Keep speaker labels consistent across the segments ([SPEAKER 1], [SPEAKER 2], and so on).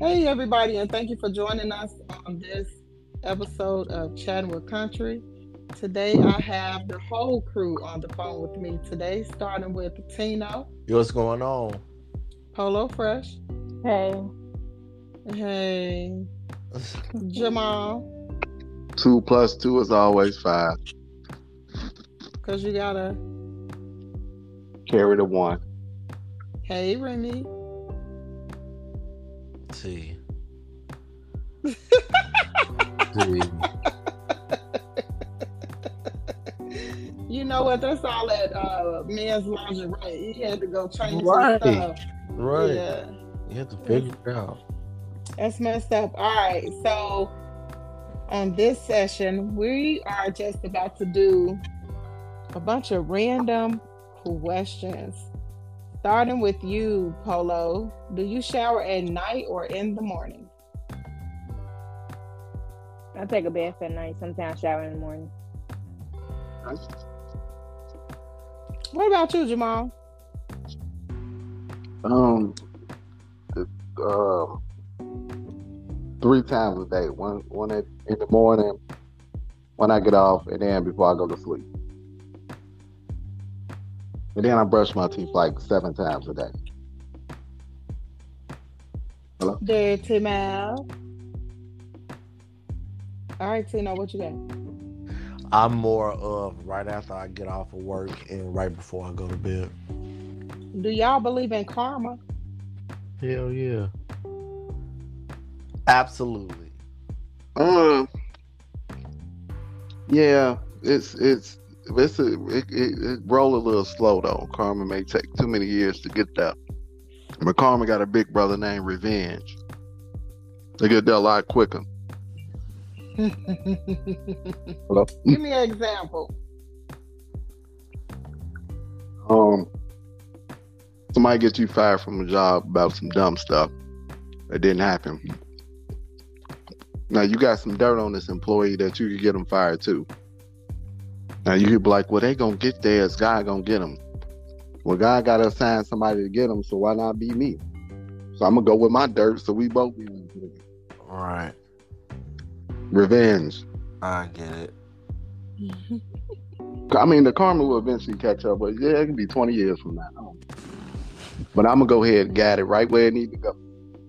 [SPEAKER 1] Hey, everybody, and thank you for joining us on this episode of Chatwood Country. Today, I have the whole crew on the phone with me today, starting with Patino,
[SPEAKER 2] What's going on?
[SPEAKER 1] Polo Fresh,
[SPEAKER 3] Hey.
[SPEAKER 1] hey, Jamal,
[SPEAKER 4] Two plus two is always five.
[SPEAKER 1] because you got a
[SPEAKER 4] Carry the one.
[SPEAKER 1] hey, Remy,
[SPEAKER 2] T. T.
[SPEAKER 1] You know what? That's all that uh, men's lingerie. He had to go change
[SPEAKER 2] Right.
[SPEAKER 1] some stuff.
[SPEAKER 2] Right.
[SPEAKER 1] Yeah.
[SPEAKER 2] You have to figure it out.
[SPEAKER 1] That's messed up. All right. So on this session, we are just about to do a bunch of random questions. Starting with you, Polo. Do you shower at night or in the morning?
[SPEAKER 3] I take a bath at night, sometimes shower in the morning.
[SPEAKER 1] What about you, Jamal?
[SPEAKER 4] Um, uh, three times a day. One, one at, in the morning, when I get off, and then before I go to sleep. And then I brush my teeth like seven times a day.
[SPEAKER 1] Dirty mouth. All right, Tino, what you got?
[SPEAKER 2] I'm more of right after I get off of work and right before I go to bed.
[SPEAKER 1] Do y'all believe in karma?
[SPEAKER 2] Hell yeah. Absolutely.
[SPEAKER 4] Um, yeah, it's it's it's a, it, it, it roll a little slow though. Karma may take too many years to get there, but Karma got a big brother named Revenge. They get there a lot quicker. Hello?
[SPEAKER 1] Give me an example.
[SPEAKER 4] Um, somebody gets you fired from a job about some dumb stuff that didn't happen. Now you got some dirt on this employee that you could get them fired too. Now you could be like, "Well, they gonna get theirs. God gonna get them." Well, God gotta assign somebody to get them, so why not be me? So I'm gonna go with my dirt, so we both be
[SPEAKER 2] Right.
[SPEAKER 4] revenge.
[SPEAKER 2] I get it.
[SPEAKER 4] I mean, the karma will eventually catch up, but yeah, it could be 20 years from now. I don't know. But I'm gonna go ahead and guide it right where it need to go.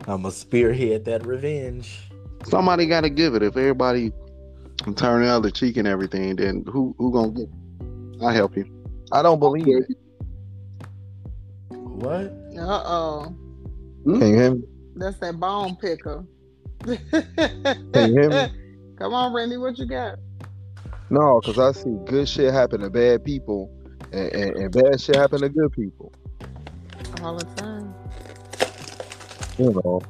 [SPEAKER 2] I'm a spearhead that revenge.
[SPEAKER 4] somebody got to give it. If everybody turn the other cheek and everything, then who who gonna get? It? I help you.
[SPEAKER 2] I don't believe
[SPEAKER 4] it.
[SPEAKER 2] What?
[SPEAKER 1] Uh oh.
[SPEAKER 4] Can
[SPEAKER 2] you hear me?
[SPEAKER 1] That's that bone picker.
[SPEAKER 5] Can you hear me?
[SPEAKER 1] Come on, Remy, what you got?
[SPEAKER 5] No, because I see good shit happen to bad people and, and, and bad shit happen to good people.
[SPEAKER 1] All the time.
[SPEAKER 5] You know,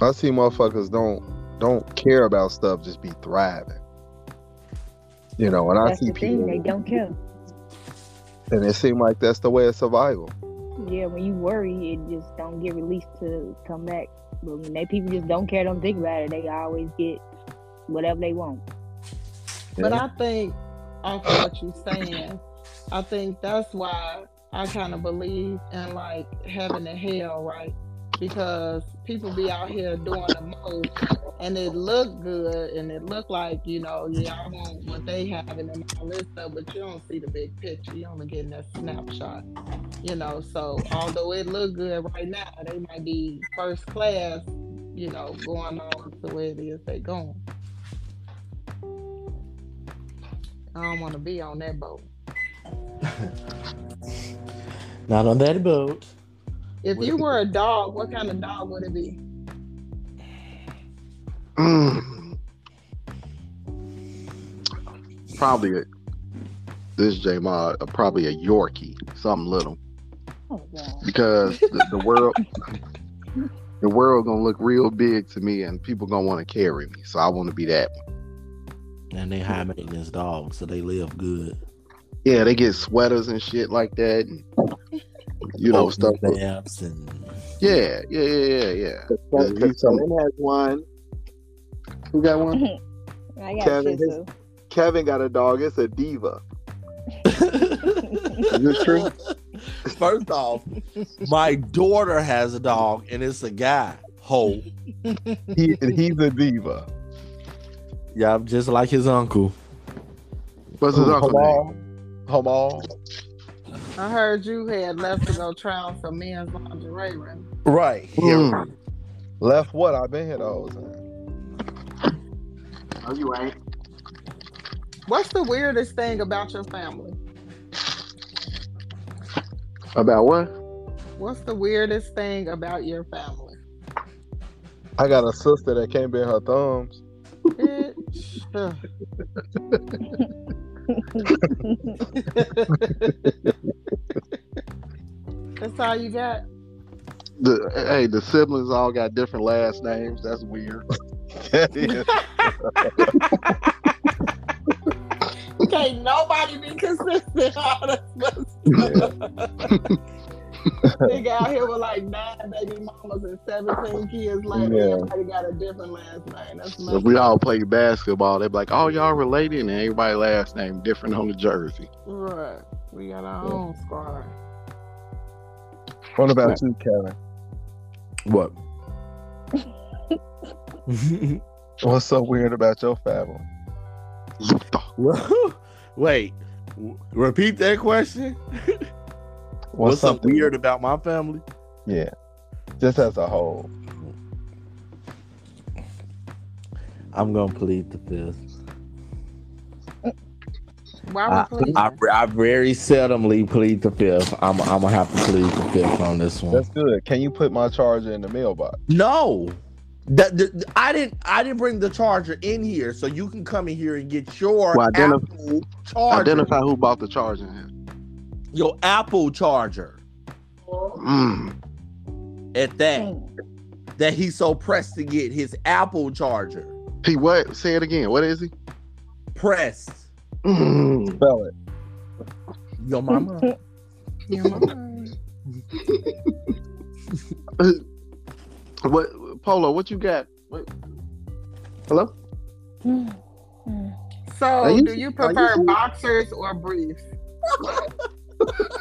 [SPEAKER 5] I see motherfuckers don't don't care about stuff, just be thriving. You know, and I
[SPEAKER 3] That's
[SPEAKER 5] see
[SPEAKER 3] the thing,
[SPEAKER 5] people,
[SPEAKER 3] they don't care.
[SPEAKER 5] and it seems like that's the way of survival.
[SPEAKER 3] Yeah, when you worry, it just don't get released to come back. But when they people just don't care, don't think about it, they always get whatever they want.
[SPEAKER 1] But I think off of what you're saying, I think that's why I kind of believe in like heaven and hell, right? Because people be out here doing the most and it look good and it look like, you know, yeah, I want what they have and all this stuff, but you don't see the big picture. You only getting that snapshot. You know, so although it look good right now, they might be first class, you know, going on to where it is they going. I don't want to be on that boat.
[SPEAKER 2] Not on that boat.
[SPEAKER 1] If
[SPEAKER 2] Would
[SPEAKER 1] you
[SPEAKER 2] it be-
[SPEAKER 1] were a dog, what kind of dog would it be?
[SPEAKER 4] Mm. Probably a, this J Mod, uh, probably a Yorkie, something little,
[SPEAKER 3] Oh, God.
[SPEAKER 4] because the, the world, the world gonna look real big to me, and people gonna want to carry me. So I want to be that. one.
[SPEAKER 2] And they high maintenance dogs, so they live good.
[SPEAKER 4] Yeah, they get sweaters and shit like that, and you know
[SPEAKER 2] Open
[SPEAKER 4] stuff.
[SPEAKER 2] snaps and
[SPEAKER 4] Yeah, yeah, yeah, yeah, yeah.
[SPEAKER 5] That's
[SPEAKER 4] Cause Celine
[SPEAKER 5] has one.
[SPEAKER 4] Who got one?
[SPEAKER 3] I got
[SPEAKER 5] Kevin,
[SPEAKER 3] you,
[SPEAKER 5] his-
[SPEAKER 3] so.
[SPEAKER 5] Kevin got a dog. It's a diva.
[SPEAKER 4] this true?
[SPEAKER 2] First off, my daughter has a dog and it's a guy. hoe.
[SPEAKER 5] He, he's a diva.
[SPEAKER 2] Yup, just like his uncle.
[SPEAKER 4] What's his uncle name?
[SPEAKER 5] Hamal. Hamal.
[SPEAKER 1] I heard you had left to go try on some men's lingerie. right?
[SPEAKER 2] Right.
[SPEAKER 4] Mm.
[SPEAKER 5] Left what? I've been here the whole time.
[SPEAKER 4] Oh, you ain't.
[SPEAKER 1] What's the weirdest thing about your family?
[SPEAKER 4] About what?
[SPEAKER 1] What's the weirdest thing about your family?
[SPEAKER 5] I got a sister that can't bend her thumbs.
[SPEAKER 1] Bitch. Ugh. That's all you got?
[SPEAKER 4] The hey, the siblings all got different last names. That's weird.
[SPEAKER 1] Can't nobody be consistent all this month. Nigga out here with like nine baby mamas and 17 kids later.
[SPEAKER 5] Yeah.
[SPEAKER 1] Everybody got a different last name. That's
[SPEAKER 4] if
[SPEAKER 1] messed
[SPEAKER 4] we all play basketball, they'd be like, "Oh, y'all related," and everybody last name different on the jersey.
[SPEAKER 1] Right. We got our own squad.
[SPEAKER 5] what about you, Kevin?
[SPEAKER 2] What?
[SPEAKER 5] What's so weird about your family?
[SPEAKER 2] Wait. w- Repeat that question. What's, up
[SPEAKER 5] something-
[SPEAKER 2] weird about my family?
[SPEAKER 5] Yeah. Just as a whole.
[SPEAKER 2] I'm gonna plead the fifth.
[SPEAKER 1] Why
[SPEAKER 2] I,
[SPEAKER 1] we please?
[SPEAKER 2] I, I very seldomly plead the fifth. I'm, I'm gonna have to plead the fifth on this one.
[SPEAKER 5] That's good. Can you put my charger in the mailbox?
[SPEAKER 2] No. That, that- I didn't I didn't bring the charger in here, so you can come in here and get your
[SPEAKER 4] Well, identif-
[SPEAKER 2] Apple charger.
[SPEAKER 4] Identify who bought the charger.
[SPEAKER 2] your Apple charger
[SPEAKER 4] Mm.
[SPEAKER 2] at that
[SPEAKER 3] Mm,
[SPEAKER 2] that he's so pressed to get his Apple charger.
[SPEAKER 4] He what? Say it again. What is he?
[SPEAKER 2] Pressed.
[SPEAKER 4] Mm.
[SPEAKER 5] Spell it.
[SPEAKER 2] Your mama.
[SPEAKER 1] Yeah, mine.
[SPEAKER 4] What? Polo? What you got? What? Hello?
[SPEAKER 3] mm,
[SPEAKER 1] so,
[SPEAKER 4] Are you-
[SPEAKER 1] do you
[SPEAKER 4] are you
[SPEAKER 1] prefer
[SPEAKER 4] cool?
[SPEAKER 1] boxers or briefs?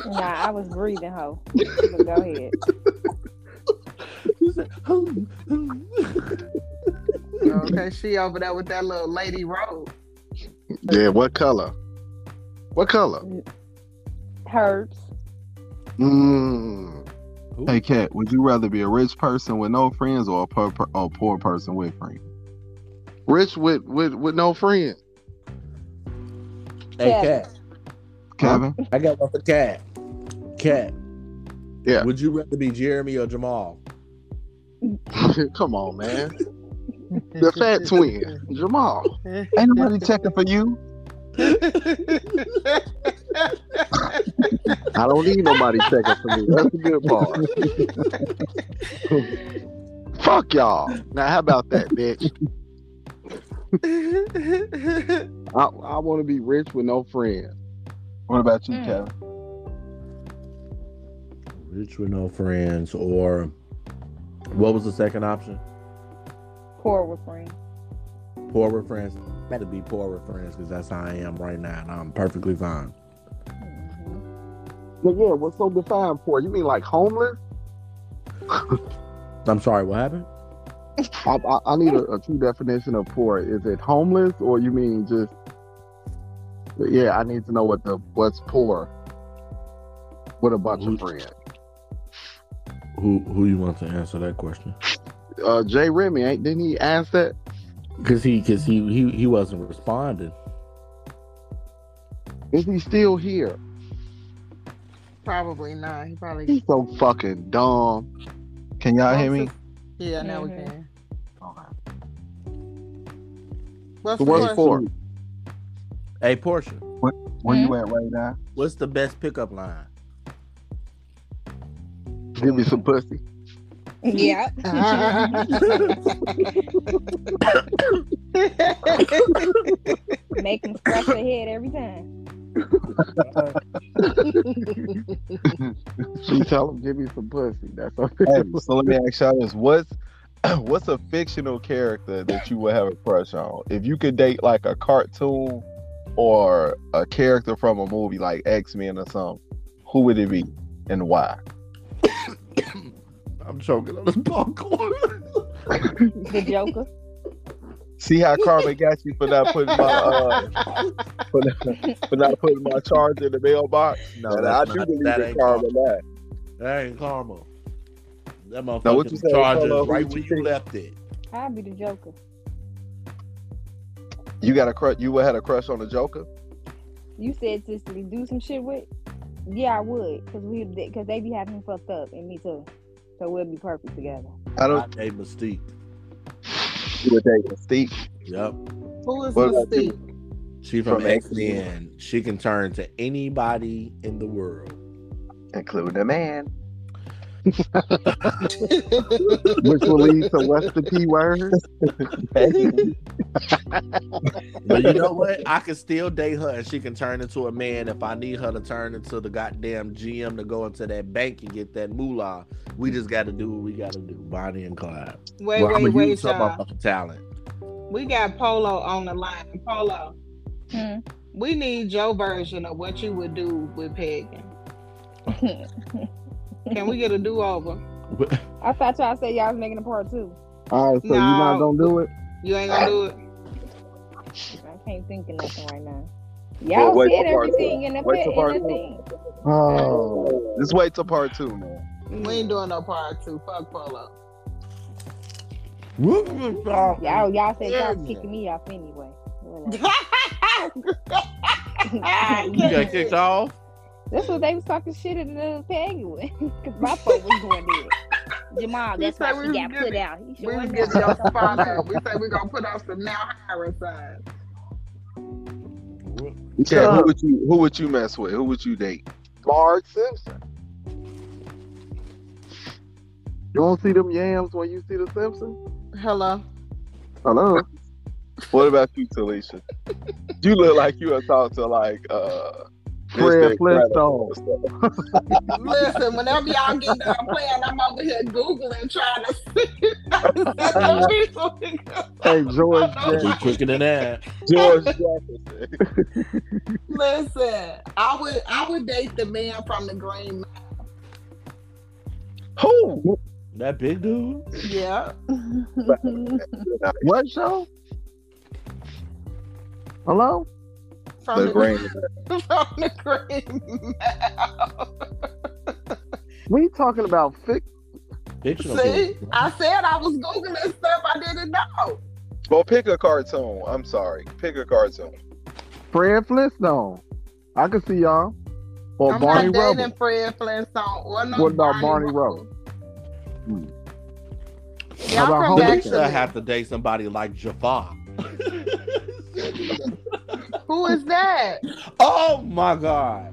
[SPEAKER 3] Nah, I was breathing, ho. But go ahead.
[SPEAKER 1] Okay, she over there with that little lady robe.
[SPEAKER 4] Yeah. What color? What color?
[SPEAKER 3] Hurts.
[SPEAKER 4] Mm.
[SPEAKER 5] Hey, Kat, would you rather be a rich person with no friends or a poor, per- or poor person with friends?
[SPEAKER 4] Rich with with with no friend.
[SPEAKER 2] Hey,
[SPEAKER 3] Yeah.
[SPEAKER 2] cat.
[SPEAKER 5] Kevin?
[SPEAKER 2] I got one for cat. Cat.
[SPEAKER 4] Yeah.
[SPEAKER 2] Would you rather be Jeremy or Jamal?
[SPEAKER 4] Come on, man. The fat twin, Jamal.
[SPEAKER 5] Ain't nobody checking for you.
[SPEAKER 4] I don't need nobody checking for me. That's the good part. Fuck y'all. Now, how about that, bitch? I, I want to be rich with no friends.
[SPEAKER 5] What about you,
[SPEAKER 3] Mm.
[SPEAKER 5] Kevin?
[SPEAKER 2] Rich with no friends, or what was the second option?
[SPEAKER 3] Poor with friends.
[SPEAKER 2] Poor with friends. Better be poor with friends because that's how I am right now, and I'm perfectly fine.
[SPEAKER 3] Mhm.
[SPEAKER 4] But yeah, what's so defined for? You mean like homeless?
[SPEAKER 2] I'm sorry. What happened?
[SPEAKER 4] I, I, I need a, a true definition of poor. Is it homeless or you mean just? Yeah, I need to know what the what's poor with a bunch
[SPEAKER 5] Mm-hmm.
[SPEAKER 4] of friends.
[SPEAKER 2] Who Who you want to answer that question?
[SPEAKER 4] Uh, Jay Remy ain't didn't he ask that?
[SPEAKER 2] Because he because he, he he wasn't responding.
[SPEAKER 4] Is he still here?
[SPEAKER 1] Probably not. He probably.
[SPEAKER 4] He's so fucking dumb.
[SPEAKER 5] Can y'all hear me?
[SPEAKER 1] Yeah, now we
[SPEAKER 3] Mhm.
[SPEAKER 1] can.
[SPEAKER 4] So
[SPEAKER 1] What's the
[SPEAKER 4] what's
[SPEAKER 1] question?
[SPEAKER 4] poor?
[SPEAKER 2] Hey, Portia,
[SPEAKER 5] Where you at right now?
[SPEAKER 2] what's the best pickup line?
[SPEAKER 4] Give me some pussy.
[SPEAKER 3] Yeah. Make them scratch their head every time.
[SPEAKER 4] She tell him, give me some pussy. That's all.
[SPEAKER 5] Hey, so let me ask y'all this: What's what's a fictional character that you would have a crush on? If you could date like a cartoon or a character from a movie like X Men or something, who would it be and why?
[SPEAKER 2] I'm choking on this popcorn.
[SPEAKER 3] the Joker.
[SPEAKER 5] See how karma got you for not putting my uh, for, not, for not putting my charge in the mailbox.
[SPEAKER 2] No,
[SPEAKER 5] And I
[SPEAKER 2] Oh, that's
[SPEAKER 5] do
[SPEAKER 2] not-
[SPEAKER 5] believe
[SPEAKER 2] that
[SPEAKER 5] in
[SPEAKER 2] ain't
[SPEAKER 5] karma.
[SPEAKER 2] karma.
[SPEAKER 5] Now.
[SPEAKER 2] That ain't karma. That
[SPEAKER 5] Now, what you say,
[SPEAKER 2] motherfucking charges
[SPEAKER 5] Polo? Who
[SPEAKER 2] right
[SPEAKER 5] you
[SPEAKER 2] where you
[SPEAKER 5] think?
[SPEAKER 2] left it.
[SPEAKER 3] I'll be the Joker.
[SPEAKER 5] You got a crush. You had a crush on the Joker.
[SPEAKER 3] You said just to do some shit with. Yeah, I would, cause we, cause they be having me fucked up, and me too. So we'll be perfect together.
[SPEAKER 5] I
[SPEAKER 2] I
[SPEAKER 5] don't.
[SPEAKER 2] made Mystique.
[SPEAKER 5] You were dating Steve.
[SPEAKER 2] Yep.
[SPEAKER 1] Who is
[SPEAKER 5] What about
[SPEAKER 1] Mystique?
[SPEAKER 2] She from,
[SPEAKER 5] From
[SPEAKER 2] X
[SPEAKER 5] X-Men.
[SPEAKER 2] Men. She can turn to anybody in the world.
[SPEAKER 5] including a man, which will lead to what's the P word?
[SPEAKER 2] But you know what? I can still date her and she can turn into a man if I need her to turn into the goddamn GM to go into that bank and get that moolah. We just gotta do what we gotta do. Bonnie and Clyde.
[SPEAKER 1] Wait,
[SPEAKER 2] Well, I'ma
[SPEAKER 1] wait, wait,
[SPEAKER 2] use some of
[SPEAKER 1] y'all.
[SPEAKER 2] my talent.
[SPEAKER 1] We got Polo on the line. Polo, Hmm. we need your version of what you would do with Pagan. Can we get a do over?
[SPEAKER 3] I thought y'all said y'all was making a part two.
[SPEAKER 5] All right, so you're not
[SPEAKER 1] No.
[SPEAKER 5] gonna do it.
[SPEAKER 1] You ain't gonna do it.
[SPEAKER 3] I can't think of nothing right now. Y'all
[SPEAKER 5] wait
[SPEAKER 3] said
[SPEAKER 5] till part two.
[SPEAKER 3] everything in the
[SPEAKER 5] Wait
[SPEAKER 3] pit
[SPEAKER 5] till
[SPEAKER 3] in
[SPEAKER 5] part
[SPEAKER 3] the
[SPEAKER 5] two.
[SPEAKER 3] thing.
[SPEAKER 5] Oh, just wait till part two, man.
[SPEAKER 1] We ain't doing no part two. Fuck Polo.
[SPEAKER 3] Y'all, y'all said y'all
[SPEAKER 2] Yeah.
[SPEAKER 3] was kicking me off anyway. Relax.
[SPEAKER 2] You got kicked off?
[SPEAKER 3] That's what they was talking shit at the penguin. Cause my folk was going there. Jamal,
[SPEAKER 1] He
[SPEAKER 3] that's why
[SPEAKER 1] said we
[SPEAKER 3] she
[SPEAKER 1] was
[SPEAKER 3] got put
[SPEAKER 1] giving-
[SPEAKER 3] out. He
[SPEAKER 1] we
[SPEAKER 3] sure
[SPEAKER 1] was
[SPEAKER 3] was
[SPEAKER 1] giving y'all some fire. We say we're gonna put out some now hiring signs.
[SPEAKER 5] Okay, who would you who would you mess with? Who would you date?
[SPEAKER 4] Mark Simpson. You don't see them yams when you see the Simpsons?
[SPEAKER 1] Hello.
[SPEAKER 4] Hello.
[SPEAKER 5] What about you, Talisha? you look like you are talk to like uh
[SPEAKER 4] Fred
[SPEAKER 5] Mr.
[SPEAKER 4] Flintstone.
[SPEAKER 5] Incredible.
[SPEAKER 1] Listen, whenever y'all get done playing, I'm over here googling trying to see. the people.
[SPEAKER 4] Hey, George Jackson.
[SPEAKER 2] We quicker than that.
[SPEAKER 5] George Jefferson.
[SPEAKER 1] Listen, I would I would date the man from the Green. Mile.
[SPEAKER 5] Who?
[SPEAKER 2] That big dude?
[SPEAKER 1] Yeah.
[SPEAKER 4] What show? Hello?
[SPEAKER 1] From
[SPEAKER 5] The green.
[SPEAKER 1] From the Green. Mile.
[SPEAKER 4] We talking about fic.
[SPEAKER 2] Fictional.
[SPEAKER 1] See,
[SPEAKER 2] character.
[SPEAKER 1] I said I was googling stuff I didn't know.
[SPEAKER 5] Well, pick a cartoon. I'm sorry. Pick a cartoon.
[SPEAKER 4] Fred Flintstone. I can see y'all. Or
[SPEAKER 1] I'm
[SPEAKER 4] Barney
[SPEAKER 1] not dating
[SPEAKER 4] Rubble.
[SPEAKER 1] Fred Flintstone or no
[SPEAKER 4] What about Barney
[SPEAKER 1] Rubble?
[SPEAKER 4] Rubble?
[SPEAKER 1] Y'all
[SPEAKER 4] How about
[SPEAKER 1] come
[SPEAKER 4] Homer?
[SPEAKER 1] back
[SPEAKER 2] Lisa
[SPEAKER 1] to
[SPEAKER 2] have to date somebody like Jafar.
[SPEAKER 1] me. Who is that?
[SPEAKER 2] oh my god.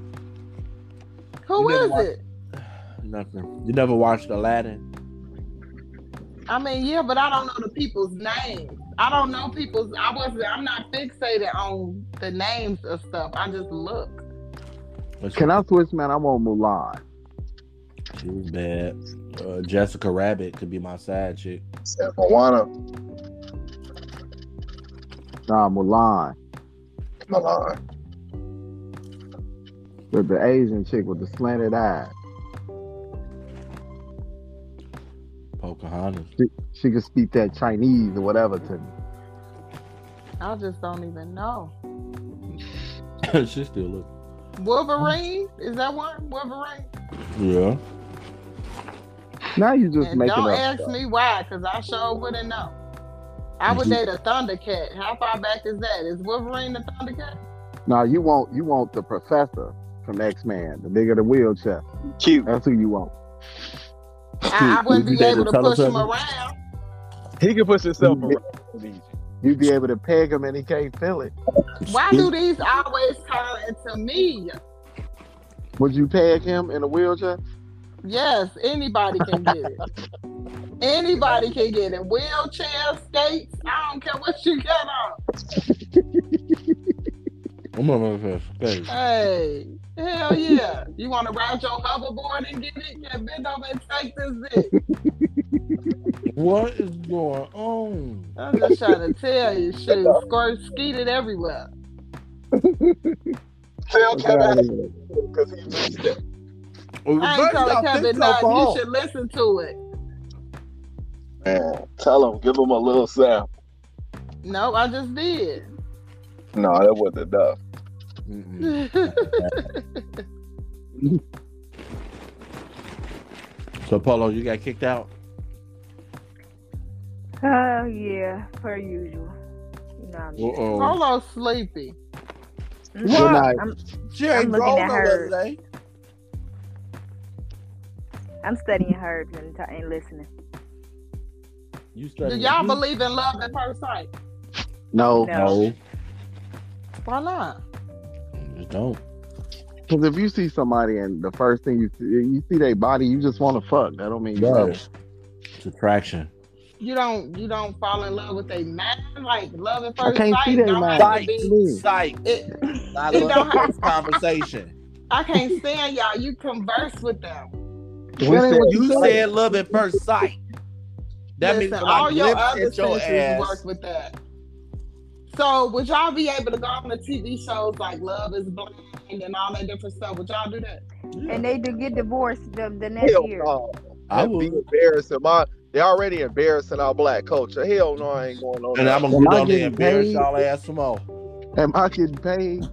[SPEAKER 1] Who
[SPEAKER 2] You
[SPEAKER 1] is
[SPEAKER 2] didn't
[SPEAKER 1] it?
[SPEAKER 2] Nothing. You never watched Aladdin?
[SPEAKER 1] I mean, yeah, but I don't know the people's names. I don't know people's. I wasn't. I'm not fixated on the names of stuff. I just look.
[SPEAKER 2] What's
[SPEAKER 4] Can I switch, man? I want Mulan.
[SPEAKER 2] She was bad. Uh, Jessica Rabbit could be my side chick.
[SPEAKER 5] Except Moana.
[SPEAKER 4] Nah, Mulan.
[SPEAKER 5] Milan.
[SPEAKER 4] The, the Asian chick with the slanted eyes.
[SPEAKER 2] Pocahontas.
[SPEAKER 4] She can speak that Chinese or whatever to me.
[SPEAKER 1] I just don't even know.
[SPEAKER 2] she still look.
[SPEAKER 1] Wolverine is that one? Wolverine.
[SPEAKER 2] Yeah.
[SPEAKER 4] Now you just
[SPEAKER 1] And
[SPEAKER 4] making
[SPEAKER 1] don't
[SPEAKER 4] up.
[SPEAKER 1] ask
[SPEAKER 4] stuff.
[SPEAKER 1] me why, because I sure wouldn't know. I would date a Thundercat. How far back is that? Is Wolverine the Thundercat?
[SPEAKER 4] Now you want you want the professor from X Man, the nigga in the wheelchair.
[SPEAKER 5] Cute.
[SPEAKER 4] That's who you want.
[SPEAKER 1] I, I wouldn't
[SPEAKER 2] You
[SPEAKER 1] be
[SPEAKER 2] date
[SPEAKER 1] able
[SPEAKER 2] a
[SPEAKER 1] to push him
[SPEAKER 2] Teletubby?
[SPEAKER 1] around.
[SPEAKER 5] He can push himself
[SPEAKER 4] Mhm.
[SPEAKER 5] around.
[SPEAKER 4] You'd be able to peg him and he can't feel it.
[SPEAKER 1] Why do these always turn into me?
[SPEAKER 4] Would you peg him in a wheelchair?
[SPEAKER 1] Yes, anybody can get it. anybody can get it. Wheelchair, skates. I don't care what you got on.
[SPEAKER 2] I'm gonna make her face.
[SPEAKER 1] Hey, hell yeah. You want to ride your hoverboard and get it? Yeah, bend over and take this dick.
[SPEAKER 2] What is going on?
[SPEAKER 1] I'm just trying to tell you, shit. Squirt skeeted everywhere.
[SPEAKER 5] Tell Kevin
[SPEAKER 4] Okay.
[SPEAKER 5] because he just
[SPEAKER 1] Oh, I ain't telling Kevin nothing. You should listen to it.
[SPEAKER 5] Man, tell him, give him a little sample.
[SPEAKER 1] No, I just did.
[SPEAKER 5] No, that wasn't enough.
[SPEAKER 2] Mm-mm.
[SPEAKER 1] no,
[SPEAKER 2] So Polo, you got kicked out.
[SPEAKER 3] Oh yeah, per usual. You know what I mean?
[SPEAKER 2] Uh-oh.
[SPEAKER 1] Polo sleepy.
[SPEAKER 4] Good night.
[SPEAKER 3] I'm,
[SPEAKER 2] She
[SPEAKER 3] Mm-hmm. I'm
[SPEAKER 2] ain't
[SPEAKER 3] looking
[SPEAKER 2] grown
[SPEAKER 3] at
[SPEAKER 2] no
[SPEAKER 3] her.
[SPEAKER 2] other day.
[SPEAKER 3] I'm studying herbs and, t- and listening.
[SPEAKER 2] You
[SPEAKER 1] Do
[SPEAKER 2] studying
[SPEAKER 1] y'all
[SPEAKER 2] you?
[SPEAKER 1] believe in love at first sight?
[SPEAKER 4] No,
[SPEAKER 3] No.
[SPEAKER 2] No,
[SPEAKER 1] Why not?
[SPEAKER 2] you don't.
[SPEAKER 4] because if you see somebody and the first thing you see, you see their body, you just want to fuck. That don't mean you love
[SPEAKER 2] Right.
[SPEAKER 4] 'em.
[SPEAKER 2] It's attraction.
[SPEAKER 1] You don't you don't fall in love with a man like love at
[SPEAKER 4] I
[SPEAKER 1] first
[SPEAKER 4] can't
[SPEAKER 1] sight.
[SPEAKER 4] see they
[SPEAKER 1] don't
[SPEAKER 4] mind.
[SPEAKER 1] have to
[SPEAKER 2] Psych,
[SPEAKER 1] be-
[SPEAKER 4] Mm.
[SPEAKER 2] psych.
[SPEAKER 1] it-
[SPEAKER 2] I
[SPEAKER 1] It don't
[SPEAKER 2] love this conversation.
[SPEAKER 1] I can't stand y'all. You converse with them.
[SPEAKER 4] We
[SPEAKER 5] That ain't
[SPEAKER 4] said-
[SPEAKER 5] what
[SPEAKER 2] You said love at first sight. That
[SPEAKER 1] Listen,
[SPEAKER 2] means when I
[SPEAKER 1] all your
[SPEAKER 2] glimpse
[SPEAKER 1] other
[SPEAKER 2] at your
[SPEAKER 1] senses
[SPEAKER 2] ass.
[SPEAKER 1] work with that. So would y'all be able to go on the TV shows like Love is Blind and all that different stuff? Would y'all do that?
[SPEAKER 3] And they do get divorced the, the next
[SPEAKER 5] Hell
[SPEAKER 3] year.
[SPEAKER 5] no.
[SPEAKER 2] I
[SPEAKER 5] That'd be
[SPEAKER 2] would.
[SPEAKER 5] embarrassing. My, they already embarrassing our black culture. Hell no, I ain't going on.
[SPEAKER 2] And
[SPEAKER 5] that.
[SPEAKER 2] I'm gonna
[SPEAKER 4] Am
[SPEAKER 2] go
[SPEAKER 4] I
[SPEAKER 2] down there
[SPEAKER 4] getting
[SPEAKER 2] and embarrass
[SPEAKER 4] paid?
[SPEAKER 2] y'all ass some more.
[SPEAKER 4] Am I getting paid?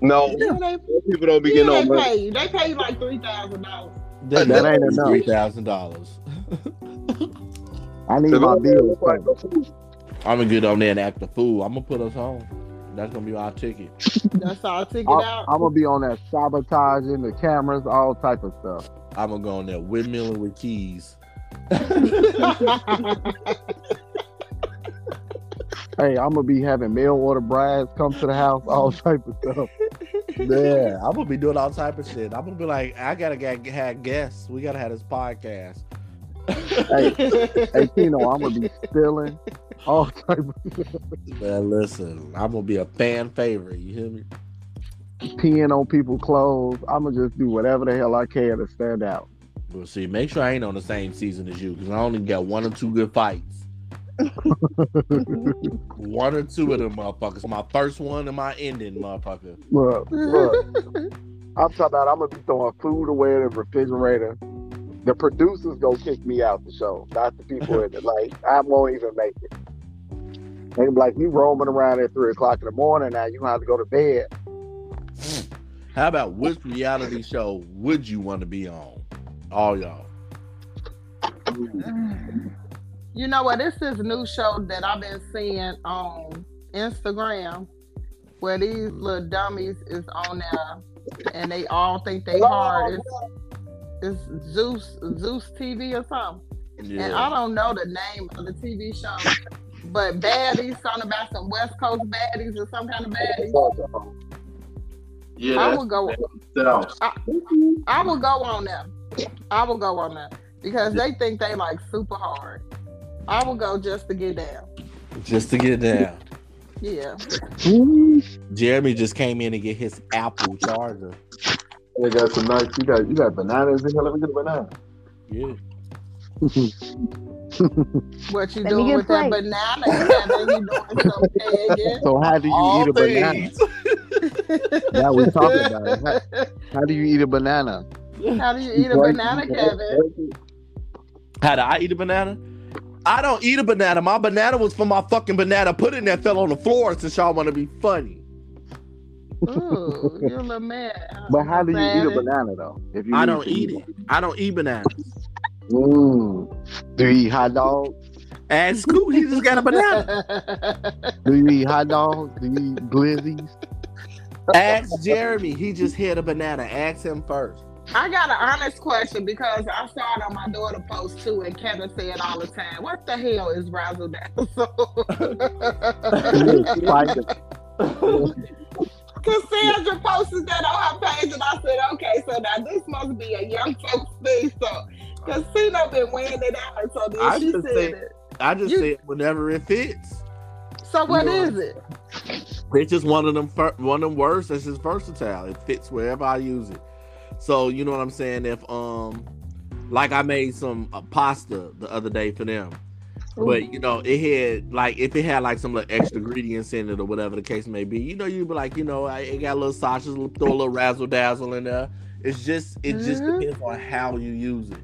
[SPEAKER 5] no,
[SPEAKER 1] You know,
[SPEAKER 5] people don't
[SPEAKER 1] they,
[SPEAKER 5] be
[SPEAKER 1] you
[SPEAKER 5] getting
[SPEAKER 1] know
[SPEAKER 5] on
[SPEAKER 1] they
[SPEAKER 5] money.
[SPEAKER 1] pay you. They pay you like three thousand dollars.
[SPEAKER 2] That,
[SPEAKER 4] ain't enough.
[SPEAKER 2] Three thousand dollars.
[SPEAKER 4] I need
[SPEAKER 5] If
[SPEAKER 4] my
[SPEAKER 5] I'm there,
[SPEAKER 4] bills.
[SPEAKER 5] look like a fool.
[SPEAKER 2] I'm gonna get on there and act a fool. I'm gonna put us home. That's gonna be our ticket.
[SPEAKER 1] That's all. Take it
[SPEAKER 4] I'm,
[SPEAKER 1] out.
[SPEAKER 4] I'm gonna be on that sabotaging the cameras, all type of stuff.
[SPEAKER 2] I'm gonna go on there windmilling with keys.
[SPEAKER 4] Hey, I'm gonna be having mail order brides come to the house, all type of stuff.
[SPEAKER 2] Yeah, I'm gonna be doing all type of shit. I'm gonna be like, I gotta get have guests. We gotta have this podcast.
[SPEAKER 4] Hey, hey, Tino, I'm gonna be stealing, all type of
[SPEAKER 2] Man, listen, I'm gonna be a fan favorite. You hear me?
[SPEAKER 4] peeing on people's clothes. I'm gonna just do whatever the hell I can to stand out.
[SPEAKER 2] Well, see, make sure I ain't on the same season as you because I only got one or two good fights. one or two of them motherfuckers. My first one and my ending, motherfucker.
[SPEAKER 4] Look, look, I'm talking about. I'm gonna be throwing food away in the refrigerator. The producers gonna kick me out the show, not the people in it. Like I won't even make it. They be like, you roaming around at three o'clock in the morning now. You have to go to bed.
[SPEAKER 2] How about which reality show would you want to be on? All y'all.
[SPEAKER 3] Mm-hmm.
[SPEAKER 1] you know what? It's this new show that I've been seeing on Instagram where these little dummies is on there and they all think they hard. It's, it's Zeus Zeus TV or something. And I don't know the name of the TV show, but baddies, something about some West Coast baddies or some kind of baddies. I
[SPEAKER 5] Yeah,
[SPEAKER 1] would go
[SPEAKER 5] that's
[SPEAKER 1] I will go on them. I will go on them because they think they like super hard. I will go just to get down.
[SPEAKER 2] Just to get down.
[SPEAKER 1] Yeah.
[SPEAKER 2] Jeremy just came in to get his Apple charger.
[SPEAKER 4] They got some nice. You got you got bananas in here. Let me get a banana.
[SPEAKER 2] Yeah.
[SPEAKER 1] What you
[SPEAKER 3] Let me
[SPEAKER 1] doing
[SPEAKER 3] get
[SPEAKER 1] with that
[SPEAKER 3] played.
[SPEAKER 1] banana? Heather? you doing some pegging?
[SPEAKER 4] So how do you
[SPEAKER 2] All
[SPEAKER 4] eat a banana?
[SPEAKER 2] things.
[SPEAKER 4] Now we talking about it. How, how do you eat a banana?
[SPEAKER 1] How do you eat a banana, Kevin?
[SPEAKER 2] How do I eat a banana? I don't eat a banana. My banana was for my fucking banana. Put it in there, fell on the floor since y'all want to be funny.
[SPEAKER 1] Ooh, you're a little mad. huh?
[SPEAKER 4] But how do you eat a
[SPEAKER 1] Savage.
[SPEAKER 4] banana though? If you
[SPEAKER 2] I don't eat it. I don't eat bananas.
[SPEAKER 4] Mm. Do you eat hot dogs?
[SPEAKER 2] Ask Scoop, he just got a banana.
[SPEAKER 4] Do you eat hot dogs? Do you eat glizzies?
[SPEAKER 2] Ask Jeremy, he just hit a banana. Ask him first.
[SPEAKER 1] I got an honest question because I saw it on my daughter post too, and Kevin said all the time, "What the hell is razzle
[SPEAKER 4] Do you
[SPEAKER 1] dazzle?"
[SPEAKER 4] eat spiders?
[SPEAKER 1] Cassandra posted that on her page, and I said, okay, so now this must be a young folks thing. So, Casino been wearing it out, so then
[SPEAKER 2] I
[SPEAKER 1] she
[SPEAKER 2] just
[SPEAKER 1] said
[SPEAKER 2] think-
[SPEAKER 1] it.
[SPEAKER 2] I just
[SPEAKER 1] You-
[SPEAKER 2] say it whenever it fits.
[SPEAKER 1] So what
[SPEAKER 2] know,
[SPEAKER 1] is it?
[SPEAKER 2] It's just one of them fir- one of them words that's just versatile. It fits wherever I use it. So you know what I'm saying? If um like I made some uh, pasta the other day for them. But you know, it had like if it had like some little extra ingredients in it or whatever the case may be, you know, you'd be like, you know, I, it got a little sausage, little- throw a little razzle dazzle in there. It's just it just
[SPEAKER 1] Mhm.
[SPEAKER 2] depends on how you use it.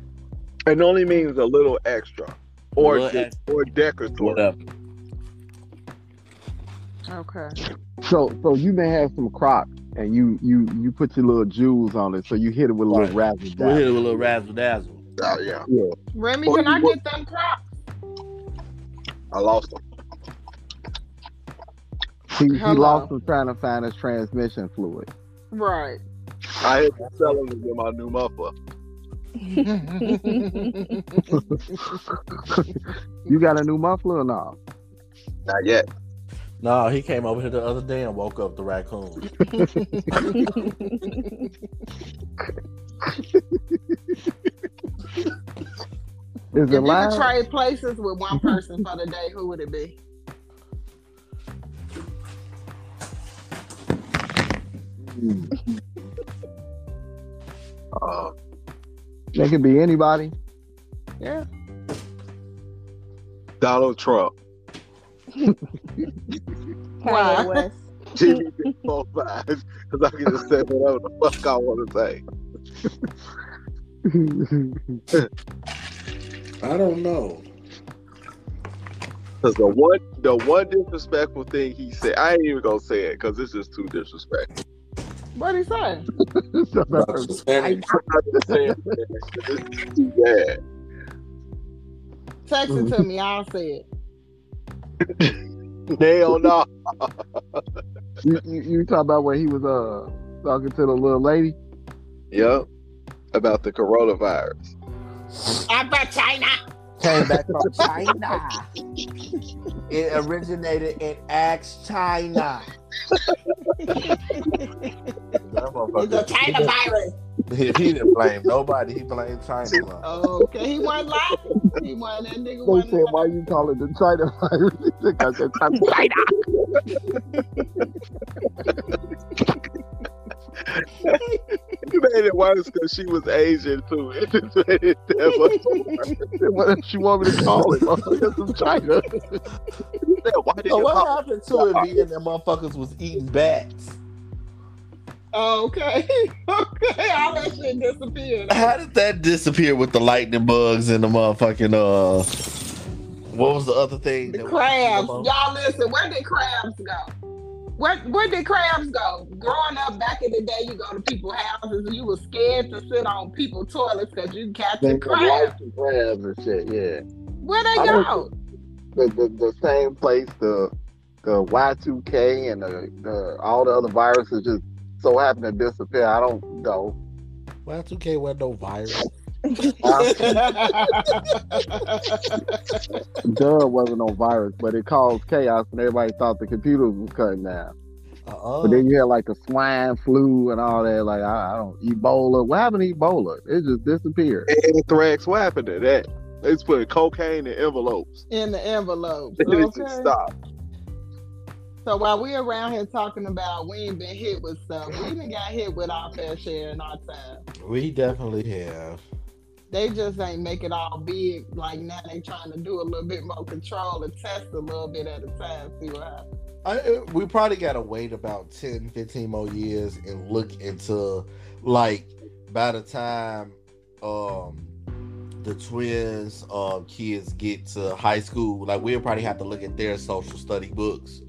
[SPEAKER 5] it only means a little extra. or
[SPEAKER 2] Well,
[SPEAKER 5] De- or Decatur.
[SPEAKER 2] Whatever.
[SPEAKER 1] Okay.
[SPEAKER 4] So so you may have some crop and you you you put your little jewels on it, so you hit it with a little razzle
[SPEAKER 2] We'll hit it
[SPEAKER 4] dazzle.
[SPEAKER 2] with a little razzle dazzle.
[SPEAKER 5] Oh yeah,
[SPEAKER 1] Remy,
[SPEAKER 4] Or
[SPEAKER 1] can
[SPEAKER 4] you
[SPEAKER 1] I
[SPEAKER 4] would-
[SPEAKER 1] get them crops?
[SPEAKER 5] I lost them.
[SPEAKER 4] He, he
[SPEAKER 1] Hello.
[SPEAKER 4] lost him trying to find his transmission fluid.
[SPEAKER 1] Right.
[SPEAKER 5] I had to sell them to get my new muffler.
[SPEAKER 4] You got a new muffler or no?
[SPEAKER 5] Not yet.
[SPEAKER 2] No, he came over here the other day and woke up the raccoon.
[SPEAKER 4] Is
[SPEAKER 1] if you
[SPEAKER 4] it
[SPEAKER 1] could
[SPEAKER 4] live?
[SPEAKER 1] trade places with one person for the day, who would it be?
[SPEAKER 4] Hmm.
[SPEAKER 5] Uh,
[SPEAKER 4] That could be anybody.
[SPEAKER 1] Yeah.
[SPEAKER 5] Donald Trump,
[SPEAKER 1] Wow.
[SPEAKER 3] Kanye West.
[SPEAKER 5] Jimmy four five, because I can just say whatever the fuck I want to say.
[SPEAKER 2] I don't know.
[SPEAKER 5] Because the one, the one disrespectful thing he said, I ain't even gonna say it because it's just too disrespectful.
[SPEAKER 1] What'd he say?
[SPEAKER 5] I'm not gonna say it. It's just too bad.
[SPEAKER 1] Text it to me. I'll see it.
[SPEAKER 5] Hell no.
[SPEAKER 4] you, you, you talk about when he was uh talking to the little lady.
[SPEAKER 5] Yep. About the coronavirus.
[SPEAKER 1] I'm from China.
[SPEAKER 2] Came back from China. It originated in Axe, China. that
[SPEAKER 1] It's a
[SPEAKER 2] motherfucker.
[SPEAKER 1] China virus.
[SPEAKER 2] He, he didn't blame nobody. He blamed China. man.
[SPEAKER 1] Okay, he wasn't lying. He wasn't. That nigga
[SPEAKER 4] They said,
[SPEAKER 1] wasn't.
[SPEAKER 4] "Why you call it the China virus?" They got that China virus.
[SPEAKER 5] You made it worse because she was Asian too. It just made it that much worse.
[SPEAKER 4] What if you want me to call it? Motherfucker, from China.
[SPEAKER 5] Why did
[SPEAKER 4] Oh,
[SPEAKER 2] So
[SPEAKER 5] you
[SPEAKER 2] what
[SPEAKER 5] call
[SPEAKER 2] happened to it being that motherfuckers was eating bats?
[SPEAKER 1] Okay, okay, all that shit disappeared.
[SPEAKER 2] How did that disappear with the lightning bugs and the motherfucking uh? What was the other thing?
[SPEAKER 1] The
[SPEAKER 2] that-
[SPEAKER 1] crabs, y'all listen. Where did crabs go? Where where did crabs go? Growing up back in the day, you go to people's houses and you was scared to sit on people's toilets because you catch a crab.
[SPEAKER 4] Crabs and crabs and shit. Yeah,
[SPEAKER 1] Where they
[SPEAKER 4] I
[SPEAKER 1] go?
[SPEAKER 4] the, the the same place the the Y two K and the, the all the other viruses just so happen to disappear. I don't know.
[SPEAKER 2] Why two K wasn't no virus?
[SPEAKER 4] Dub wasn't no virus, but it caused chaos and everybody thought the computers was cutting down.
[SPEAKER 2] Uh-uh.
[SPEAKER 4] But then you had like the swine flu and all that. Like I, I don't Ebola. What happened to Ebola? It just disappeared.
[SPEAKER 5] it? Anthrax, what happened to that? They just put cocaine in envelopes.
[SPEAKER 1] In the envelope.
[SPEAKER 5] It
[SPEAKER 1] Okay.
[SPEAKER 5] just stopped.
[SPEAKER 1] So while we around here talking about we ain't been hit with stuff, we even got hit with our fair share in our time.
[SPEAKER 2] we definitely have.
[SPEAKER 1] They just ain't make it all big like now. They trying to do a little bit more control and test a little bit at a time. See what happens.
[SPEAKER 2] I, uh, we probably got to wait about 10, 15 more years and look into, like, by the time um the twins' um, kids get to high school, like, we'll probably have to look at their social study books.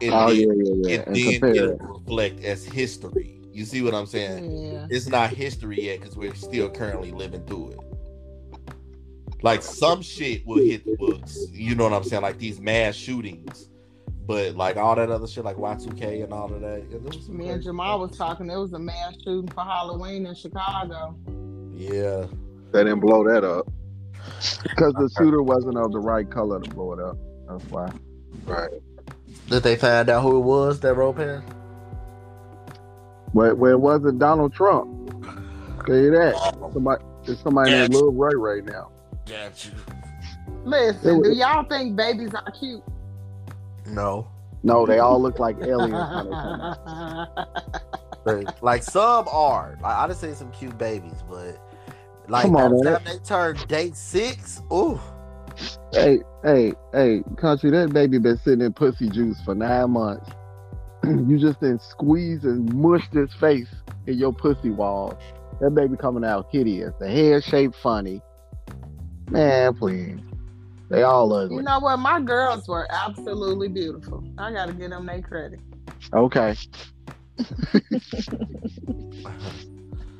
[SPEAKER 2] And
[SPEAKER 4] Oh
[SPEAKER 2] then,
[SPEAKER 4] yeah, yeah, yeah.
[SPEAKER 2] and
[SPEAKER 4] And
[SPEAKER 2] then
[SPEAKER 4] compare.
[SPEAKER 2] it'll reflect as history. You see what I'm saying?
[SPEAKER 1] Yeah.
[SPEAKER 2] it's not history yet because we're still currently living through it. Like some shit will hit the books, you know what I'm saying? Like these mass shootings, but like all that other shit, like Y2K and all of that. It was
[SPEAKER 1] Me and Jamal was talking. There was a mass shooting for Halloween in Chicago.
[SPEAKER 2] Yeah,
[SPEAKER 5] They didn't blow that up.
[SPEAKER 4] Because the shooter wasn't of the right color to blow it up. That's why.
[SPEAKER 5] Right.
[SPEAKER 2] did they find out who it was that rope in?
[SPEAKER 4] Where, where it wasn't Donald Trump. Tell you that. Somebody it's somebody named Lil Ray right now.
[SPEAKER 2] Got you.
[SPEAKER 1] Listen,
[SPEAKER 4] It
[SPEAKER 1] do
[SPEAKER 4] was-
[SPEAKER 1] y'all think babies are cute?
[SPEAKER 2] No,
[SPEAKER 4] No, they all look like aliens when they come out.
[SPEAKER 1] That's
[SPEAKER 2] Like- like some are. Like I just seen some cute babies, but like
[SPEAKER 4] Come on,
[SPEAKER 2] by the
[SPEAKER 4] man.
[SPEAKER 2] time they turn date six, ooh,
[SPEAKER 4] Hey, hey, hey, country, that baby been sitting in pussy juice for nine months. you just then squeeze and mush this face in your pussy wall. That baby coming out hideous. The head shape funny. Man, please. They all ugly.
[SPEAKER 1] You know what? My girls were absolutely beautiful. I gotta give them their credit.
[SPEAKER 4] Okay.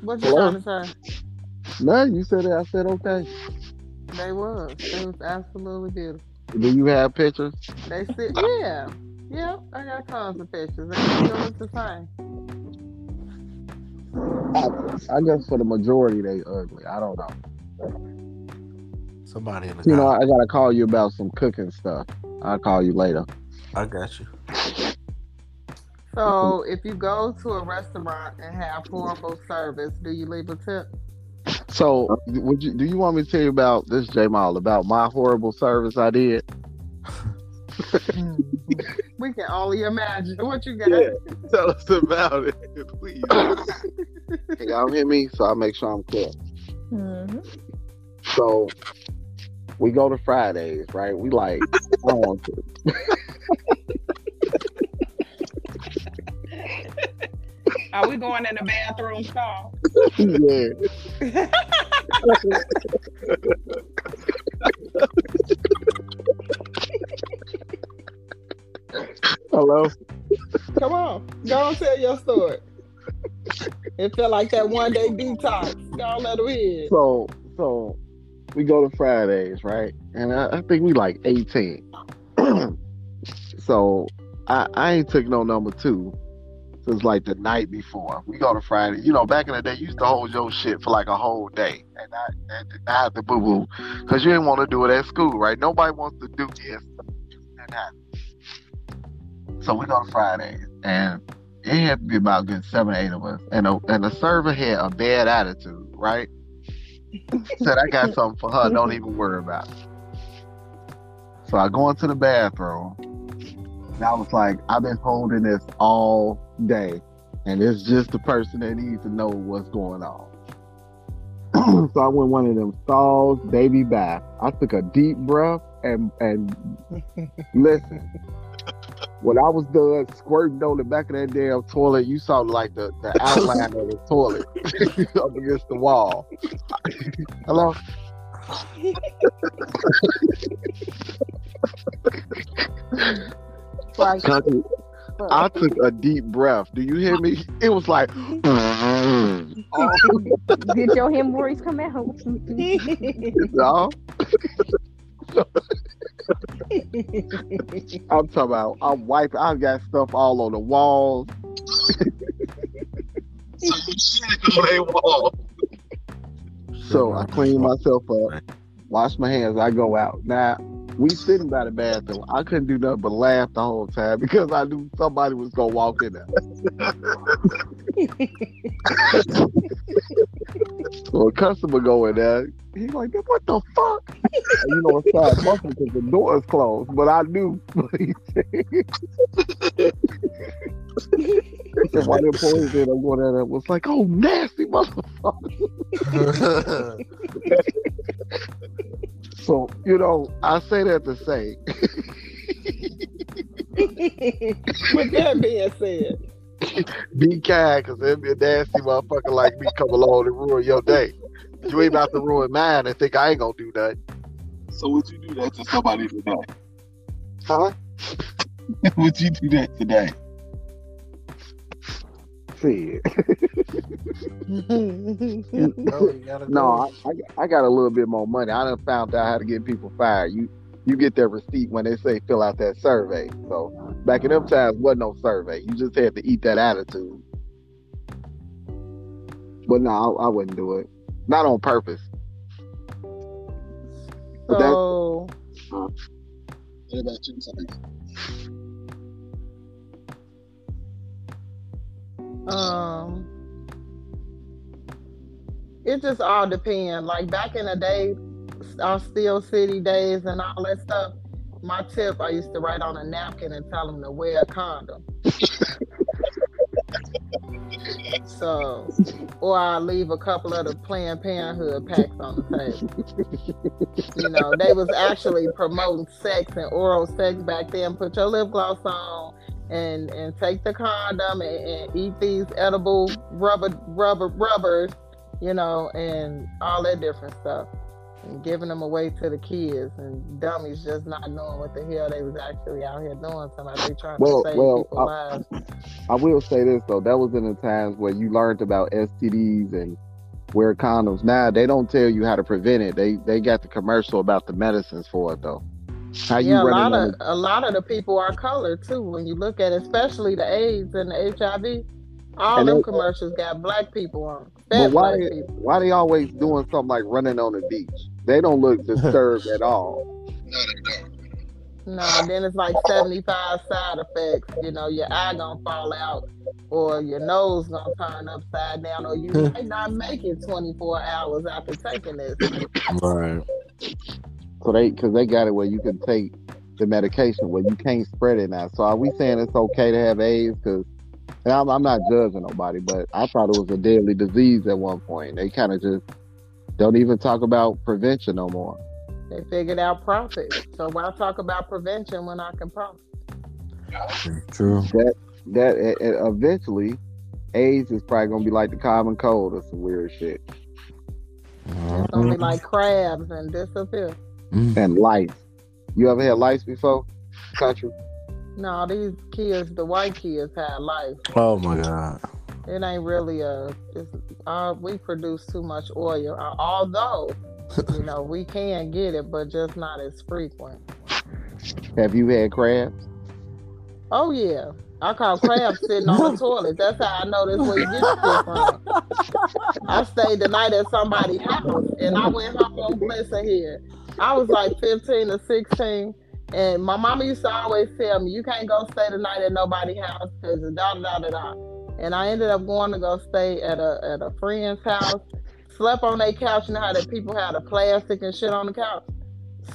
[SPEAKER 1] What you
[SPEAKER 4] Hello?
[SPEAKER 1] trying to say?
[SPEAKER 4] No, you said it. I said okay.
[SPEAKER 1] They was. They was absolutely beautiful.
[SPEAKER 4] Do you have pictures?
[SPEAKER 1] They said,
[SPEAKER 4] Uh,
[SPEAKER 1] yeah, yeah. I got tons of pictures. They still look the same.
[SPEAKER 4] I guess for the majority they ugly. I don't know.
[SPEAKER 2] Somebody in the
[SPEAKER 4] You know,
[SPEAKER 2] car.
[SPEAKER 4] I gotta call you about some cooking stuff. I'll call you later.
[SPEAKER 2] I got you.
[SPEAKER 1] So if you go to a restaurant and have horrible service, do you leave a tip?
[SPEAKER 4] So, would you do you want me to tell you about this, J Mall, about my horrible service I did?
[SPEAKER 1] we can only imagine what you got.
[SPEAKER 5] Yeah. Tell us about it, please.
[SPEAKER 4] Can y'all hear me? So I make sure I'm clear.
[SPEAKER 3] Mm-hmm.
[SPEAKER 4] So we go to Fridays, right? We like I want to.
[SPEAKER 1] Are we going in the bathroom stall?
[SPEAKER 4] yeah. Hello.
[SPEAKER 1] Come on, go and tell your story. It felt like that one day detox. Y'all let her in.
[SPEAKER 4] So so we go to Fridays, right? And I, I think we like eighteen. so I I ain't took no number two since like the night before. We go to Friday. You know, back in the day, you used to hold your shit for like a whole day, and I and did not have to boo boo because you didn't want to do it at school, right? Nobody wants to do this. and that. So we go to Fridays, and it had to be about good seven, eight of us, and a, and the server had a bad attitude, right? said, I got something for her. Don't even worry about it. So I go into the bathroom. And I was like, I've been holding this all day. And it's just the person that needs to know what's going on. so I went one of them stalls, baby bath. I took a deep breath and and listen. When I was done squirting on the back of that damn toilet, you saw like the, the outline of the toilet up against the wall. Hello.
[SPEAKER 3] Like,
[SPEAKER 4] Cousin, I took a deep breath. Do you hear me? It was like oh,
[SPEAKER 3] did your hemorrhoids come out? Mm-hmm.
[SPEAKER 4] no. I'm talking about I'm wiping. I've got stuff all on the walls.
[SPEAKER 5] they wall.
[SPEAKER 4] So I clean myself up, wash my hands, I go out. Now we sitting by the bathroom. I couldn't do nothing but laugh the whole time because I knew somebody was gonna walk in there. so a customer go in there, he's like, what the fuck? And you know, it started muffling because the door is closed, but I knew and one of the employees that I'm going at it was like, oh nasty motherfucker. So, you know, I say that to say
[SPEAKER 1] With that being said,
[SPEAKER 4] be kind because there'll be a nasty motherfucker like me come along and ruin your day. You ain't about to ruin mine and think I ain't gonna do nothing.
[SPEAKER 5] So would you do that to somebody today?
[SPEAKER 4] Huh?
[SPEAKER 5] would you do that today?
[SPEAKER 4] See,
[SPEAKER 2] No, you gotta
[SPEAKER 4] no,
[SPEAKER 2] go.
[SPEAKER 4] I, I, I got a little bit more money. I done found out how to get people fired. You you get their receipt when they say fill out that survey. So back in them times, wasn't no survey. You just had to eat that attitude. But no, I, I wouldn't do it. Not on purpose. But that-
[SPEAKER 1] so
[SPEAKER 5] uh, What about you, Tony?
[SPEAKER 1] um, it just all depends. Like back in the day, our steel city days and all that stuff. My tip, I used to write on a napkin and tell them to wear a condom. so, or I leave a couple of the Planned Parenthood packs on the table. You know, they was actually promoting sex and oral sex back then. Put your lip gloss on and and take the condom and, and eat these edible rubber rubber rubbers, you know, and all that different stuff. and giving them away to the kids and dummies just not knowing what the hell they was actually out here doing. Somebody trying
[SPEAKER 4] Well,
[SPEAKER 1] to save
[SPEAKER 4] well,
[SPEAKER 1] people's
[SPEAKER 4] I-
[SPEAKER 1] lives.
[SPEAKER 4] I will say this though, that was in the times where you learned about STDs and wear condoms. Now they don't tell you how to prevent it. They they got the commercial about the medicines for it though. How you
[SPEAKER 1] yeah, a lot
[SPEAKER 4] running?
[SPEAKER 1] of a lot of the people are colored too. When you look at, it, especially the AIDS and the HIV, all
[SPEAKER 4] And
[SPEAKER 1] them
[SPEAKER 4] they-
[SPEAKER 1] commercials got black people on. them.
[SPEAKER 4] But
[SPEAKER 1] Fat
[SPEAKER 4] why-
[SPEAKER 1] black people.
[SPEAKER 4] why they always doing something like running on the beach? They don't look disturbed at all.
[SPEAKER 1] No, and then it's like seventy-five side effects. You know, your eye gonna fall out, or your nose gonna turn upside down, or you
[SPEAKER 4] Hmm.
[SPEAKER 1] might not make it twenty-four hours after taking this.
[SPEAKER 2] Right.
[SPEAKER 4] So they because they got it where you can take the medication where you can't spread it now. So are we saying it's okay to have AIDS? Because and I'm, I'm not judging nobody, but I thought it was a deadly disease at one point. They kind of just don't even talk about prevention no more.
[SPEAKER 1] They figured out profit. So why talk about prevention when I can profit?
[SPEAKER 2] True.
[SPEAKER 4] that e- e- eventually AIDS is probably gonna be like the common cold or some weird shit
[SPEAKER 1] It's gonna
[SPEAKER 4] Mm-hmm.
[SPEAKER 1] be like crabs and disappear.
[SPEAKER 4] and lice. You ever had lice before? Country.
[SPEAKER 1] No, these kids, the white kids, had life.
[SPEAKER 2] Oh my god.
[SPEAKER 1] It ain't really a. It's, uh, we produce too much oil. Uh, although, you know, we can get it, but just not as frequent.
[SPEAKER 4] Have you had crabs?
[SPEAKER 1] Oh yeah, I caught crabs sitting on the toilet. That's how I know this where you get it from. I stayed the night at somebody's house, and I went home on blessing here. I was like 15 or 16, and my mama used to always tell me, "You can't go stay the night at nobody's house because da da da da." And I ended up going to go stay at a at a friend's house. Slept on their couch, and how the people had the plastic and shit on the couch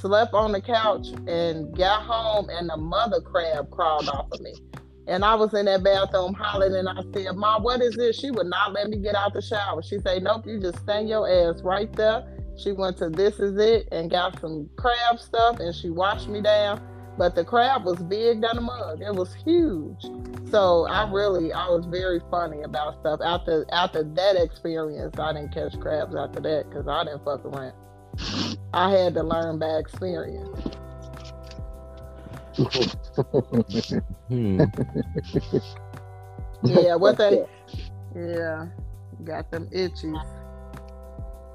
[SPEAKER 1] slept on the couch and got home and the mother crab crawled off of me. And I was in that bathroom hollering and I said, Ma, what is this? She would not let me get out the shower. She said, Nope, you just stand your ass right there. She went to This Is It and got some crab stuff and she washed me down. But the crab was big down the mug. It was huge. So I really I was very funny about stuff. After after that experience, I didn't catch crabs after that because I didn't fuck around. I had to learn by experience.
[SPEAKER 2] Hmm.
[SPEAKER 1] Yeah, what they? Yeah, got them itchies.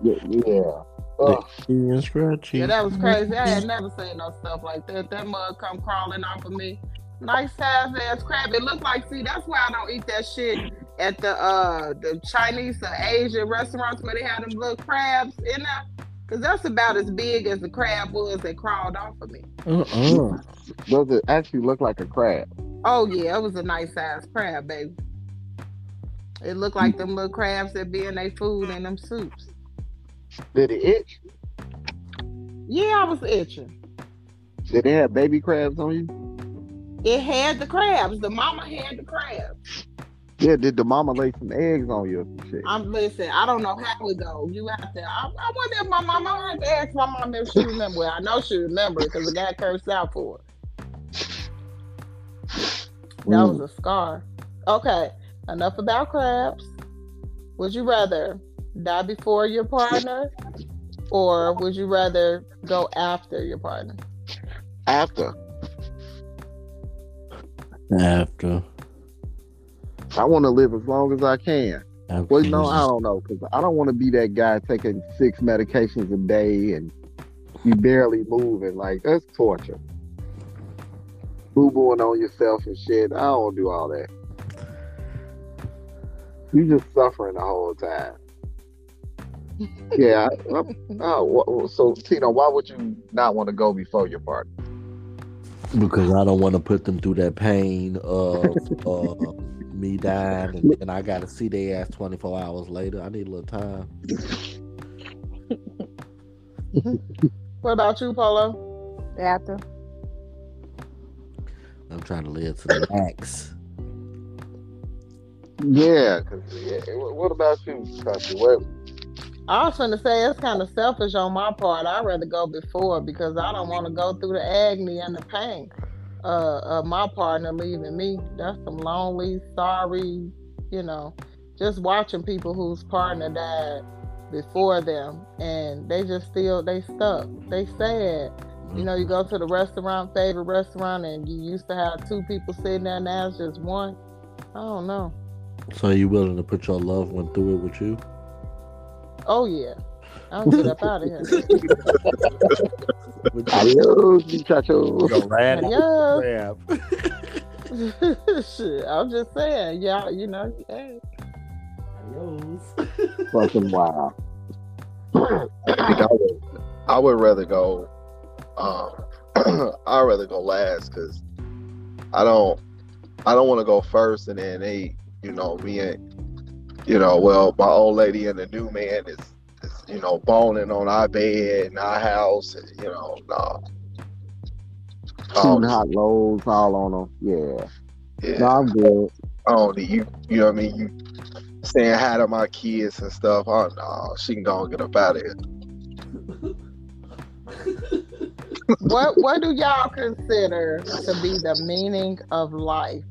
[SPEAKER 4] Yeah. yeah. Ugh.
[SPEAKER 2] and scratchy.
[SPEAKER 1] Yeah, that was crazy. I had never seen no stuff like that. That mug come crawling off of me. Nice size ass crab. It looked like see, that's why I don't eat that shit at the uh the Chinese or Asian restaurants where they had them little crabs in there. Cause that's about as big as the crab was that crawled off of me.
[SPEAKER 2] Uh-uh.
[SPEAKER 4] Does it actually look like a crab?
[SPEAKER 1] Oh yeah, it was a nice size crab, baby. It looked like them little crabs that be in their food and them soups.
[SPEAKER 4] Did it itch?
[SPEAKER 1] Yeah, I was itching.
[SPEAKER 4] Did it have baby crabs on you?
[SPEAKER 1] It had the crabs. The mama had the crabs.
[SPEAKER 4] Yeah. Did the mama lay some eggs on you or some shit?
[SPEAKER 1] I'm listen. I don't know how it go. You have to. I, I wonder if my mama. I have to ask my mom if she remember. Well, I know she remember because it got cursed out for. It. That was
[SPEAKER 4] Mm.
[SPEAKER 1] a scar. Okay. Enough about crabs. Would you rather die before your partner, or would you rather go after your partner?
[SPEAKER 4] After
[SPEAKER 2] After.
[SPEAKER 4] I want to live as long as I can.
[SPEAKER 2] after
[SPEAKER 4] Well, no, I don't know because I don't want to be that guy taking six medications a day and you barely moving. Like that's torture. Boo booing on yourself and shit. I don't do all that. You just suffering the whole time. yeah. I, I, I- wha- so Tino, why would you not want to go before your partner?
[SPEAKER 2] because I don't want to put them through that pain of uh, me dying, and then I gotta see their ass twenty four hours later. I need a little time.
[SPEAKER 1] What about you, Polo?
[SPEAKER 3] After.
[SPEAKER 2] I'm trying to live to the max.
[SPEAKER 4] Yeah. 'cause, yeah, wh- what about you, Country? What?
[SPEAKER 1] I was gonna say it's kind of selfish on my part. I'd rather go before because I don't want to go through the agony and the pain uh, of my partner leaving me. That's some lonely, sorry, you know, just watching people whose partner died before them and they just still they stuck they sad you know you go to the restaurant favorite restaurant and you used to have two people sitting there now it's just one i don't know
[SPEAKER 2] So you willing to put your loved one through it with you?
[SPEAKER 1] oh yeah i'm get up out of here
[SPEAKER 2] With
[SPEAKER 4] Adios, muchachos.
[SPEAKER 2] your rad
[SPEAKER 1] yeah
[SPEAKER 2] crab.
[SPEAKER 1] Shit, i'm just saying yeah you know hey.
[SPEAKER 4] Fucking wow.
[SPEAKER 5] I think I would, I would rather go. Um, I'd rather go last because I don't. I don't want to go first and then they, you know, me and, you know, well, my old lady and the new man is, is you know, boning on our bed and our house and you know, no.
[SPEAKER 4] Shooting
[SPEAKER 5] Um,
[SPEAKER 4] hot loads all on them. Yeah.
[SPEAKER 5] yeah.
[SPEAKER 4] No, I'm good.
[SPEAKER 5] Oh, do you you know what I mean? You saying hi to my kids and stuff. Oh no, she can go and get up out of here.
[SPEAKER 1] what what do y'all consider to be the meaning of life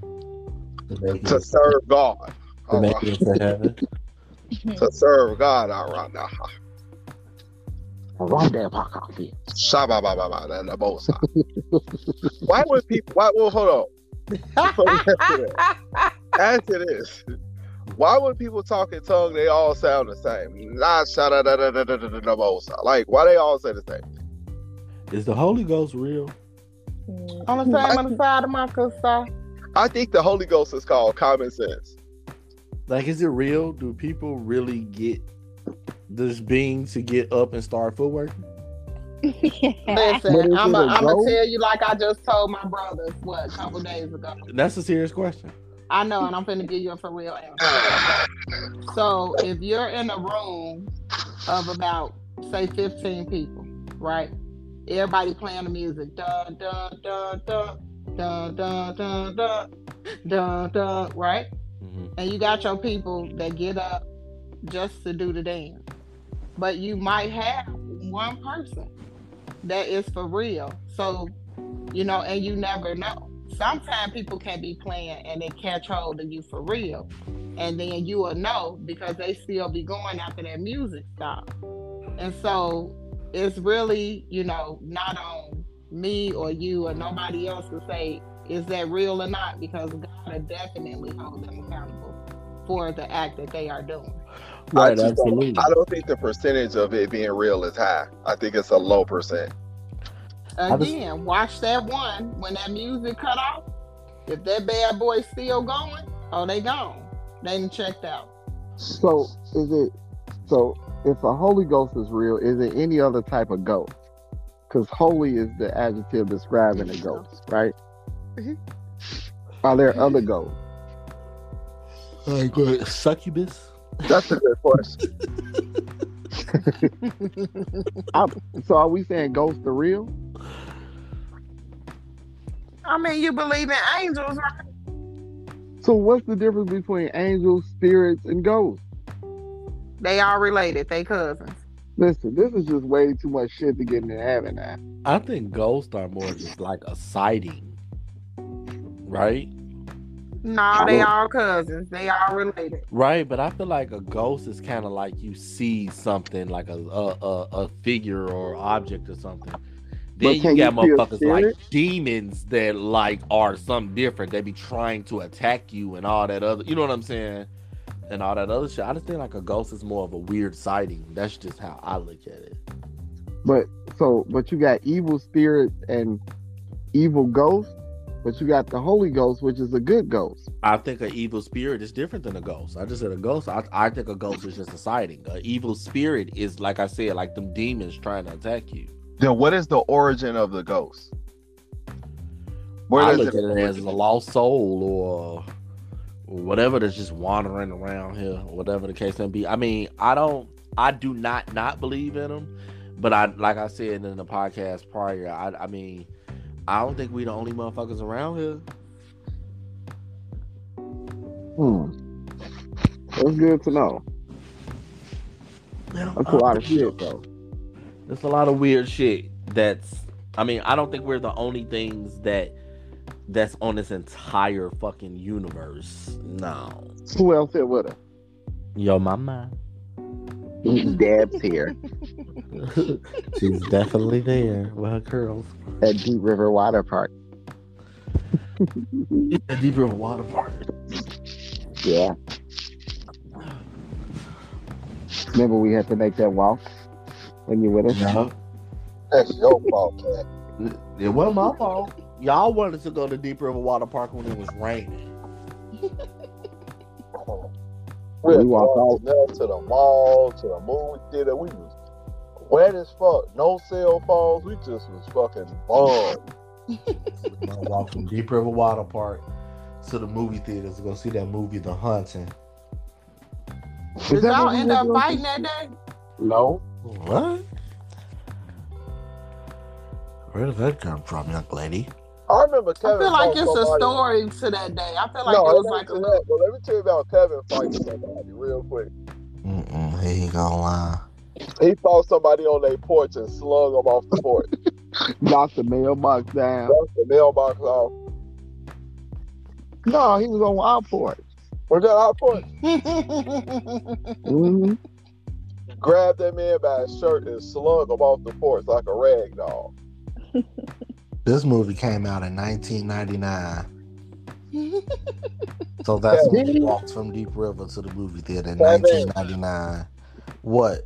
[SPEAKER 5] To serve God.
[SPEAKER 2] To
[SPEAKER 5] All
[SPEAKER 2] make
[SPEAKER 5] right.
[SPEAKER 2] it to heaven.
[SPEAKER 5] To serve God. All right now.
[SPEAKER 4] Right there, pop coffee.
[SPEAKER 5] Shabba ba ba ba and the both sides. Why would people why well hold on. Before you answer that, answer this. Why would people talk in tongue they all sound the same? Nah shada da da da da da da da both sides. Like why they all say the same?
[SPEAKER 2] Is the Holy Ghost real?
[SPEAKER 1] on the same on the side of my side
[SPEAKER 5] I think the Holy Ghost is called common sense.
[SPEAKER 2] Like, is it real? Do people really get this being to get up and start footwork?
[SPEAKER 4] But is
[SPEAKER 1] Listen,
[SPEAKER 4] it
[SPEAKER 1] I'm
[SPEAKER 4] a goal?
[SPEAKER 1] gonna tell you like I just told my brothers what a couple days ago.
[SPEAKER 2] That's a serious question.
[SPEAKER 1] I know, and I'm finna give you a for real answer. So if you're in a room of about say 15 people, right? Everybody playing the music, dun dun dun dun dun dun dun dun dun dun, right? and you got your people that get up just to do the dance. But you might have one person that is for real. So, you know, and you never know. Sometimes people can be playing and they catch hold of you for real. And then you will know because they still be going after that music stop. And so it's really, you know, not on me or you or nobody else to say is that real or not because God will definitely hold them accountable for the act that they are doing.
[SPEAKER 5] I
[SPEAKER 2] Right,
[SPEAKER 5] just
[SPEAKER 2] absolutely.
[SPEAKER 5] Don't, I don't think the percentage of it being real is high. I think it's a low percent.
[SPEAKER 2] I just-
[SPEAKER 1] Again, watch that one when that music cut off. If that bad boy still going, oh they gone. They done checked out.
[SPEAKER 4] So is it so if a Holy Ghost is real, is it any other type of ghost? Because holy is the adjective describing a ghost, right? Mm-hmm.
[SPEAKER 1] Mhm.
[SPEAKER 4] Are there other ghosts?
[SPEAKER 2] Like, what, succubus?
[SPEAKER 5] That's a good question.
[SPEAKER 4] So are we saying ghosts are real?
[SPEAKER 1] I mean you believe in angels, right?
[SPEAKER 4] So what's the difference between angels, spirits, and ghosts?
[SPEAKER 1] They are related, they cousins.
[SPEAKER 4] Listen, this is just way too much shit to get into heaven now.
[SPEAKER 2] I think ghosts are more just like a sighting, right?
[SPEAKER 1] No, they all cousins. They all related.
[SPEAKER 2] Right, but I feel like a ghost is kind of like you see something, like a a, a a figure or object or something. Then you
[SPEAKER 4] can
[SPEAKER 2] got
[SPEAKER 4] you see a
[SPEAKER 2] motherfuckers like
[SPEAKER 4] spirit?
[SPEAKER 2] demons that like are something different. They be trying to attack you and all that other. You know what I'm saying? And all that other shit. I just think like a ghost is more of a weird sighting. That's just how I look at it.
[SPEAKER 4] But so, but you got evil spirits and evil ghosts, but you got the Holy Ghost, which is a good ghost.
[SPEAKER 2] I think an evil spirit is different than a ghost. I just said a ghost. I, I think a ghost is just a sighting. An evil spirit is like I said, like them demons trying to attack you.
[SPEAKER 5] Then what is the origin of the ghost? Where
[SPEAKER 2] I look
[SPEAKER 5] does
[SPEAKER 2] at it as a lost soul or whatever that's just wandering around here, whatever the case may be. I mean, I don't, I do not not believe in them, but I, like I said in the podcast prior, I, I mean, I don't think we the only motherfuckers around here.
[SPEAKER 4] Hmm. That's good to know. That's a
[SPEAKER 6] Uh,
[SPEAKER 4] lot of shit, though.
[SPEAKER 2] There's a lot of weird shit that's I mean, I don't think we're the only things that that's on this entire fucking universe. No.
[SPEAKER 4] Who else here with us?
[SPEAKER 2] Yo mama.
[SPEAKER 6] Dab's here
[SPEAKER 2] She's definitely there with her curls.
[SPEAKER 6] at Deep River Water Park.
[SPEAKER 2] A deeper water park.
[SPEAKER 6] Yeah. Remember, we had to make that walk when you with us.
[SPEAKER 2] No,
[SPEAKER 5] That's your fault, Cat.
[SPEAKER 2] it wasn't my fault. Y'all wanted to go to Deep River Water Park when it was raining.
[SPEAKER 5] We
[SPEAKER 6] We
[SPEAKER 5] walked
[SPEAKER 6] walked
[SPEAKER 5] all to the mall, to the movie theater. We was wet as fuck. No cell phones. We just was fucking bummed.
[SPEAKER 2] I walked from Deep River Water Park to the movie theaters to go see that movie, The Hunting.
[SPEAKER 1] Did
[SPEAKER 4] that
[SPEAKER 1] y'all
[SPEAKER 4] what we
[SPEAKER 1] end
[SPEAKER 4] were
[SPEAKER 1] up
[SPEAKER 4] doing?
[SPEAKER 1] fighting that day?
[SPEAKER 4] No.
[SPEAKER 2] What? Where did that come from, young lady?
[SPEAKER 5] I remember
[SPEAKER 1] I
[SPEAKER 5] Kevin.
[SPEAKER 1] feel like
[SPEAKER 5] fought
[SPEAKER 1] it's a
[SPEAKER 5] somebody.
[SPEAKER 1] story to that day. I feel like
[SPEAKER 5] no,
[SPEAKER 1] it was
[SPEAKER 5] let me
[SPEAKER 1] like a
[SPEAKER 5] tell-
[SPEAKER 1] little.
[SPEAKER 5] well, let me tell you about Kevin fighting somebody real quick.
[SPEAKER 2] Mm-mm, he ain't gonna lie.
[SPEAKER 5] He fought somebody on their porch and slung him off the porch.
[SPEAKER 4] Knocked the mailbox down.
[SPEAKER 5] Knocked the mailbox off.
[SPEAKER 4] No, he was on our porch.
[SPEAKER 5] Was that our porch?
[SPEAKER 4] Mm-hmm.
[SPEAKER 5] Grabbed that man by his shirt and slung him off the porch like a rag doll.
[SPEAKER 2] This movie came out in 1999, so that's
[SPEAKER 5] Yeah.
[SPEAKER 2] when we walked from Deep River to the movie theater in
[SPEAKER 5] That is-
[SPEAKER 2] 1999. What?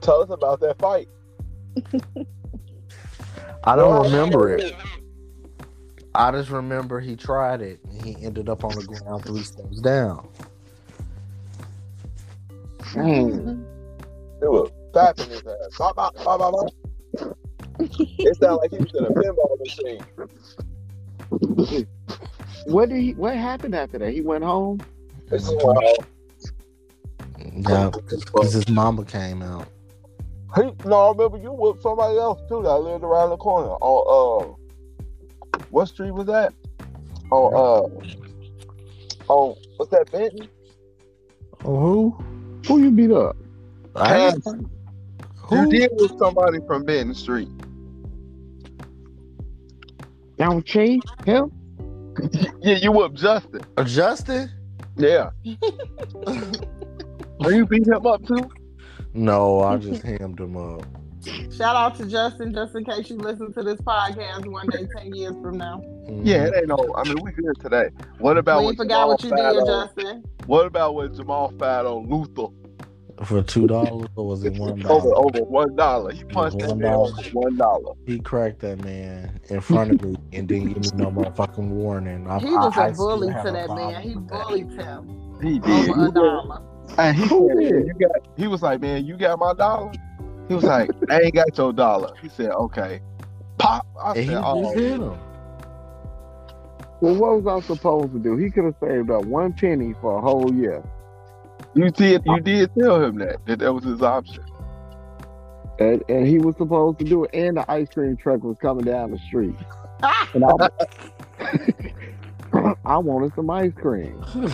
[SPEAKER 5] Tell us about that fight.
[SPEAKER 2] I don't
[SPEAKER 5] Well,
[SPEAKER 2] remember it. I just remember he tried it and he ended up on the ground three steps down.
[SPEAKER 4] Mm-hmm.
[SPEAKER 5] It was tapping his ass. Bop, bop, bop, bop, bop. It sounded like he was in a pinball machine.
[SPEAKER 4] What did he? What happened after that? He went home.
[SPEAKER 5] It's just like,
[SPEAKER 2] Yeah, because his mama came out.
[SPEAKER 5] he, no, I remember you whooped somebody else too that lived around the corner. On uh, what street was that? On uh, on what's that Benton?
[SPEAKER 2] Oh,
[SPEAKER 4] Who you beat up?
[SPEAKER 2] who? I ain't-
[SPEAKER 5] You
[SPEAKER 2] who?
[SPEAKER 5] did with somebody from Benton Street.
[SPEAKER 4] Down Chase? Him?
[SPEAKER 5] Yeah, you whooped Justin.
[SPEAKER 2] Uh, Justin?
[SPEAKER 5] Yeah. Are you beat him up too?
[SPEAKER 2] No, I just hammed him up.
[SPEAKER 1] Shout out to Justin, just in case you listen to this podcast one day, ten years from now.
[SPEAKER 5] Yeah, it ain't no. I mean, we good today. What
[SPEAKER 1] Mm-hmm.
[SPEAKER 5] about uh,
[SPEAKER 1] We
[SPEAKER 5] when
[SPEAKER 1] forgot what you
[SPEAKER 5] Jamal
[SPEAKER 1] did,
[SPEAKER 5] Fado-
[SPEAKER 1] Justin.
[SPEAKER 5] What about when Jamal fought on Luther
[SPEAKER 2] Mm-hmm. For two dollars or was it one
[SPEAKER 5] over
[SPEAKER 2] dollar?
[SPEAKER 5] over one dollar? He punched that
[SPEAKER 2] One
[SPEAKER 5] man
[SPEAKER 2] dollar.
[SPEAKER 5] over one dollar.
[SPEAKER 2] He cracked that man in front of me and didn't give me no motherfucking warning. I,
[SPEAKER 1] He was
[SPEAKER 2] a
[SPEAKER 1] a bully to that man. He bullied him
[SPEAKER 5] He did.
[SPEAKER 1] over a dollar.
[SPEAKER 5] And he
[SPEAKER 4] Who
[SPEAKER 5] said,
[SPEAKER 4] did?
[SPEAKER 5] "You got." He was like, "Man, you got my dollar." He was like, "I ain't got your dollar." He said, "Okay." Pop. I
[SPEAKER 2] And he
[SPEAKER 5] said,
[SPEAKER 2] just
[SPEAKER 5] "Oh."
[SPEAKER 2] hit him.
[SPEAKER 4] Well, what was I supposed to do? He could have saved up one penny for a whole year.
[SPEAKER 5] You did. You did tell him that that that was his option.
[SPEAKER 4] And, and he was supposed to do it, and the ice cream truck was coming down the street. And I, I wanted some ice cream. I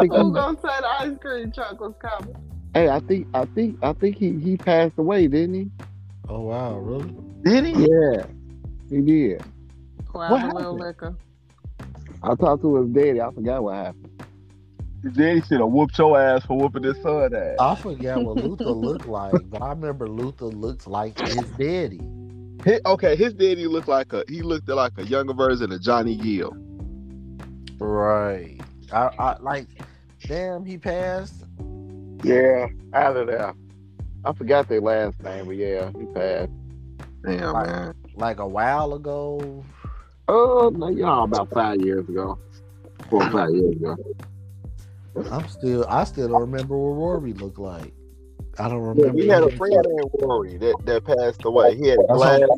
[SPEAKER 4] think
[SPEAKER 1] Who gonna say the ice cream truck was coming?
[SPEAKER 4] Hey, I think I think I think he, he passed away, didn't he?
[SPEAKER 2] oh wow, really?
[SPEAKER 5] Did he?
[SPEAKER 4] Yeah, he did.
[SPEAKER 1] Wow, Will Liquor.
[SPEAKER 4] I talked to his daddy. I forgot what happened.
[SPEAKER 5] Then he should have whooped your ass for whooping his son ass.
[SPEAKER 2] I forgot what Luther looked like, but I remember Luther looked like his daddy.
[SPEAKER 5] Hi- okay, his daddy looked like a he looked like a younger version of Johnny Gill.
[SPEAKER 2] Right. I, I like. Damn, he passed.
[SPEAKER 4] Yeah, out of there. I forgot their last name, but yeah, he passed.
[SPEAKER 5] Damn man.
[SPEAKER 2] like a while ago.
[SPEAKER 4] Oh, no, you know, about five years ago, four or five years ago.
[SPEAKER 2] I'm still I still don't remember what Rory looked like. I don't
[SPEAKER 5] Yeah,
[SPEAKER 2] remember.
[SPEAKER 5] we had a
[SPEAKER 2] him.
[SPEAKER 5] friend named Rory that, that passed away. He had
[SPEAKER 2] That's
[SPEAKER 5] glasses.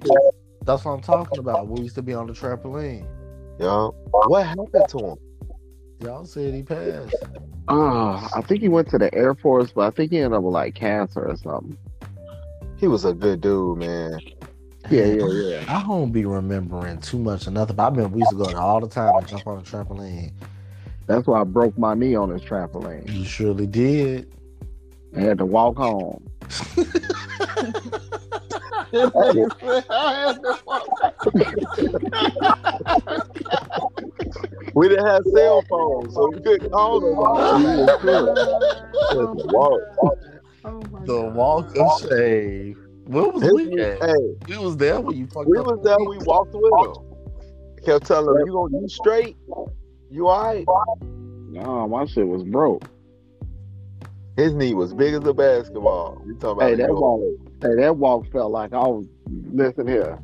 [SPEAKER 2] That's what I'm talking about. We used to be on the trampoline.
[SPEAKER 5] Yo, what happened to him?
[SPEAKER 2] Y'all said he passed.
[SPEAKER 4] Uh, I think he went to the Air Force, but I think he ended up with like cancer or something.
[SPEAKER 5] He was a good dude, man.
[SPEAKER 4] Yeah, yeah, Oh, yeah.
[SPEAKER 2] I don't be remembering too much or nothing. But I remember we used to go there all the time and jump on the trampoline.
[SPEAKER 4] That's why I broke my knee on this trampoline.
[SPEAKER 2] You surely did.
[SPEAKER 4] I had to walk home.
[SPEAKER 1] I had to walk.
[SPEAKER 5] We didn't have cell phones, so we couldn't call nobody. We couldn't.
[SPEAKER 1] Oh,
[SPEAKER 5] Just walk.
[SPEAKER 1] oh my
[SPEAKER 6] The
[SPEAKER 1] God.
[SPEAKER 6] walk of shame. Where was we at?
[SPEAKER 5] Hey,
[SPEAKER 6] We was there when you fucked
[SPEAKER 5] we
[SPEAKER 6] up.
[SPEAKER 5] was there. We walked with him. Kept telling him, "You gonna you straight? You alright?"
[SPEAKER 4] No, my shit was broke.
[SPEAKER 5] His knee was big as a basketball. We talking about
[SPEAKER 4] Hey,
[SPEAKER 5] you
[SPEAKER 4] that
[SPEAKER 5] gonna-
[SPEAKER 4] walk. Hey, that walk felt like I was. Listen here.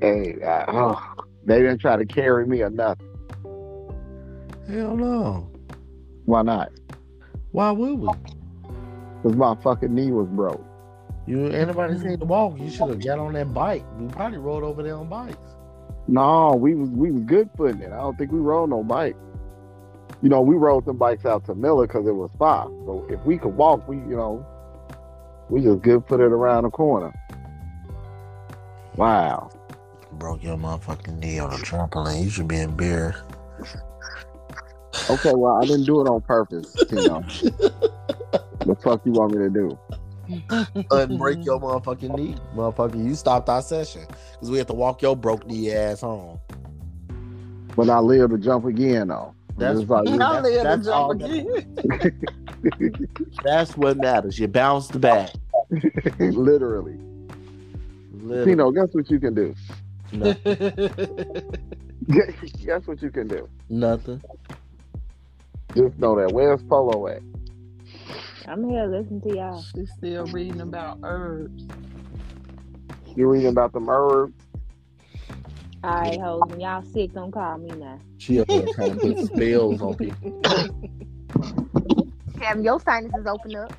[SPEAKER 4] Hey, I, oh, they didn't try to carry me or nothing.
[SPEAKER 6] Hell no.
[SPEAKER 4] Why not?
[SPEAKER 6] Why would we?
[SPEAKER 4] Cause my fucking knee was broke.
[SPEAKER 6] You anybody seen the walk? You should have got on that bike. We probably rode over there on bikes.
[SPEAKER 4] No, we was we was good footing it. I don't think we rode no bike. You know, we rode some bikes out to Miller because it was five. So if we could walk, we you know, we just good footed around the corner. Wow.
[SPEAKER 6] Broke your motherfucking knee on a trampoline. You should be embarrassed.
[SPEAKER 4] Okay, well I didn't do it on purpose, you know. the fuck you want me to do?
[SPEAKER 6] Unbreak your motherfucking knee, motherfucker. You stopped our session because we had to walk your broke knee ass home.
[SPEAKER 4] But I live to jump again though.
[SPEAKER 6] That's
[SPEAKER 4] Just like you.
[SPEAKER 1] I live to
[SPEAKER 6] That's- that's all
[SPEAKER 1] jump again.
[SPEAKER 6] That's what matters. You bounced back.
[SPEAKER 4] Literally.
[SPEAKER 6] Literally.
[SPEAKER 4] You know, guess what you can do?
[SPEAKER 6] No,
[SPEAKER 4] guess what you can do?
[SPEAKER 6] nothing.
[SPEAKER 4] Just know that. Where's Polo at?
[SPEAKER 3] I'm here listening to y'all.
[SPEAKER 1] She's still reading about herbs.
[SPEAKER 4] You reading about the murder?
[SPEAKER 3] All right, hoes, when y'all sick, don't call me now.
[SPEAKER 6] She up there trying to put spells on people.
[SPEAKER 3] Have your sinuses open up.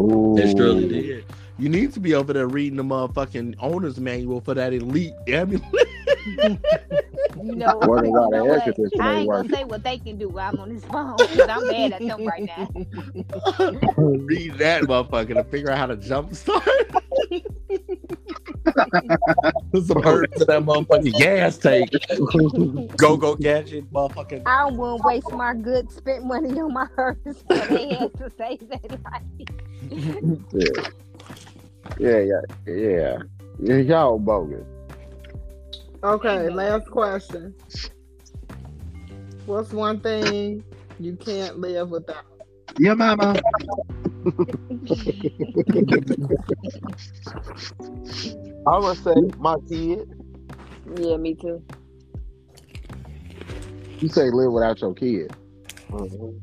[SPEAKER 4] Ooh.
[SPEAKER 6] did. You need to be over there reading the motherfucking owner's manual for that elite amulet.
[SPEAKER 3] You know,
[SPEAKER 4] Word
[SPEAKER 3] you
[SPEAKER 4] of God,
[SPEAKER 3] know
[SPEAKER 4] that air
[SPEAKER 3] what?
[SPEAKER 4] conditioner
[SPEAKER 3] I ain't
[SPEAKER 4] ain't
[SPEAKER 3] gonna
[SPEAKER 4] working.
[SPEAKER 3] say what they can do while I'm on this phone because I'm mad at them right now.
[SPEAKER 6] Read that motherfucker to figure out how to jumpstart. Put some herbs in that motherfucking gas tank. go go gadget, motherfucking.
[SPEAKER 3] I wouldn't waste my good spent money on my herbs. So they had to say that. Like,
[SPEAKER 4] Yeah, yeah, yeah. Yeah, Y'all bogus.
[SPEAKER 1] Okay, last question. What's one thing you can't live without?
[SPEAKER 4] Yeah, mama.
[SPEAKER 5] I'm gonna say my kid.
[SPEAKER 3] yeah, me too.
[SPEAKER 4] You say live without your kid.
[SPEAKER 3] Mm-mm.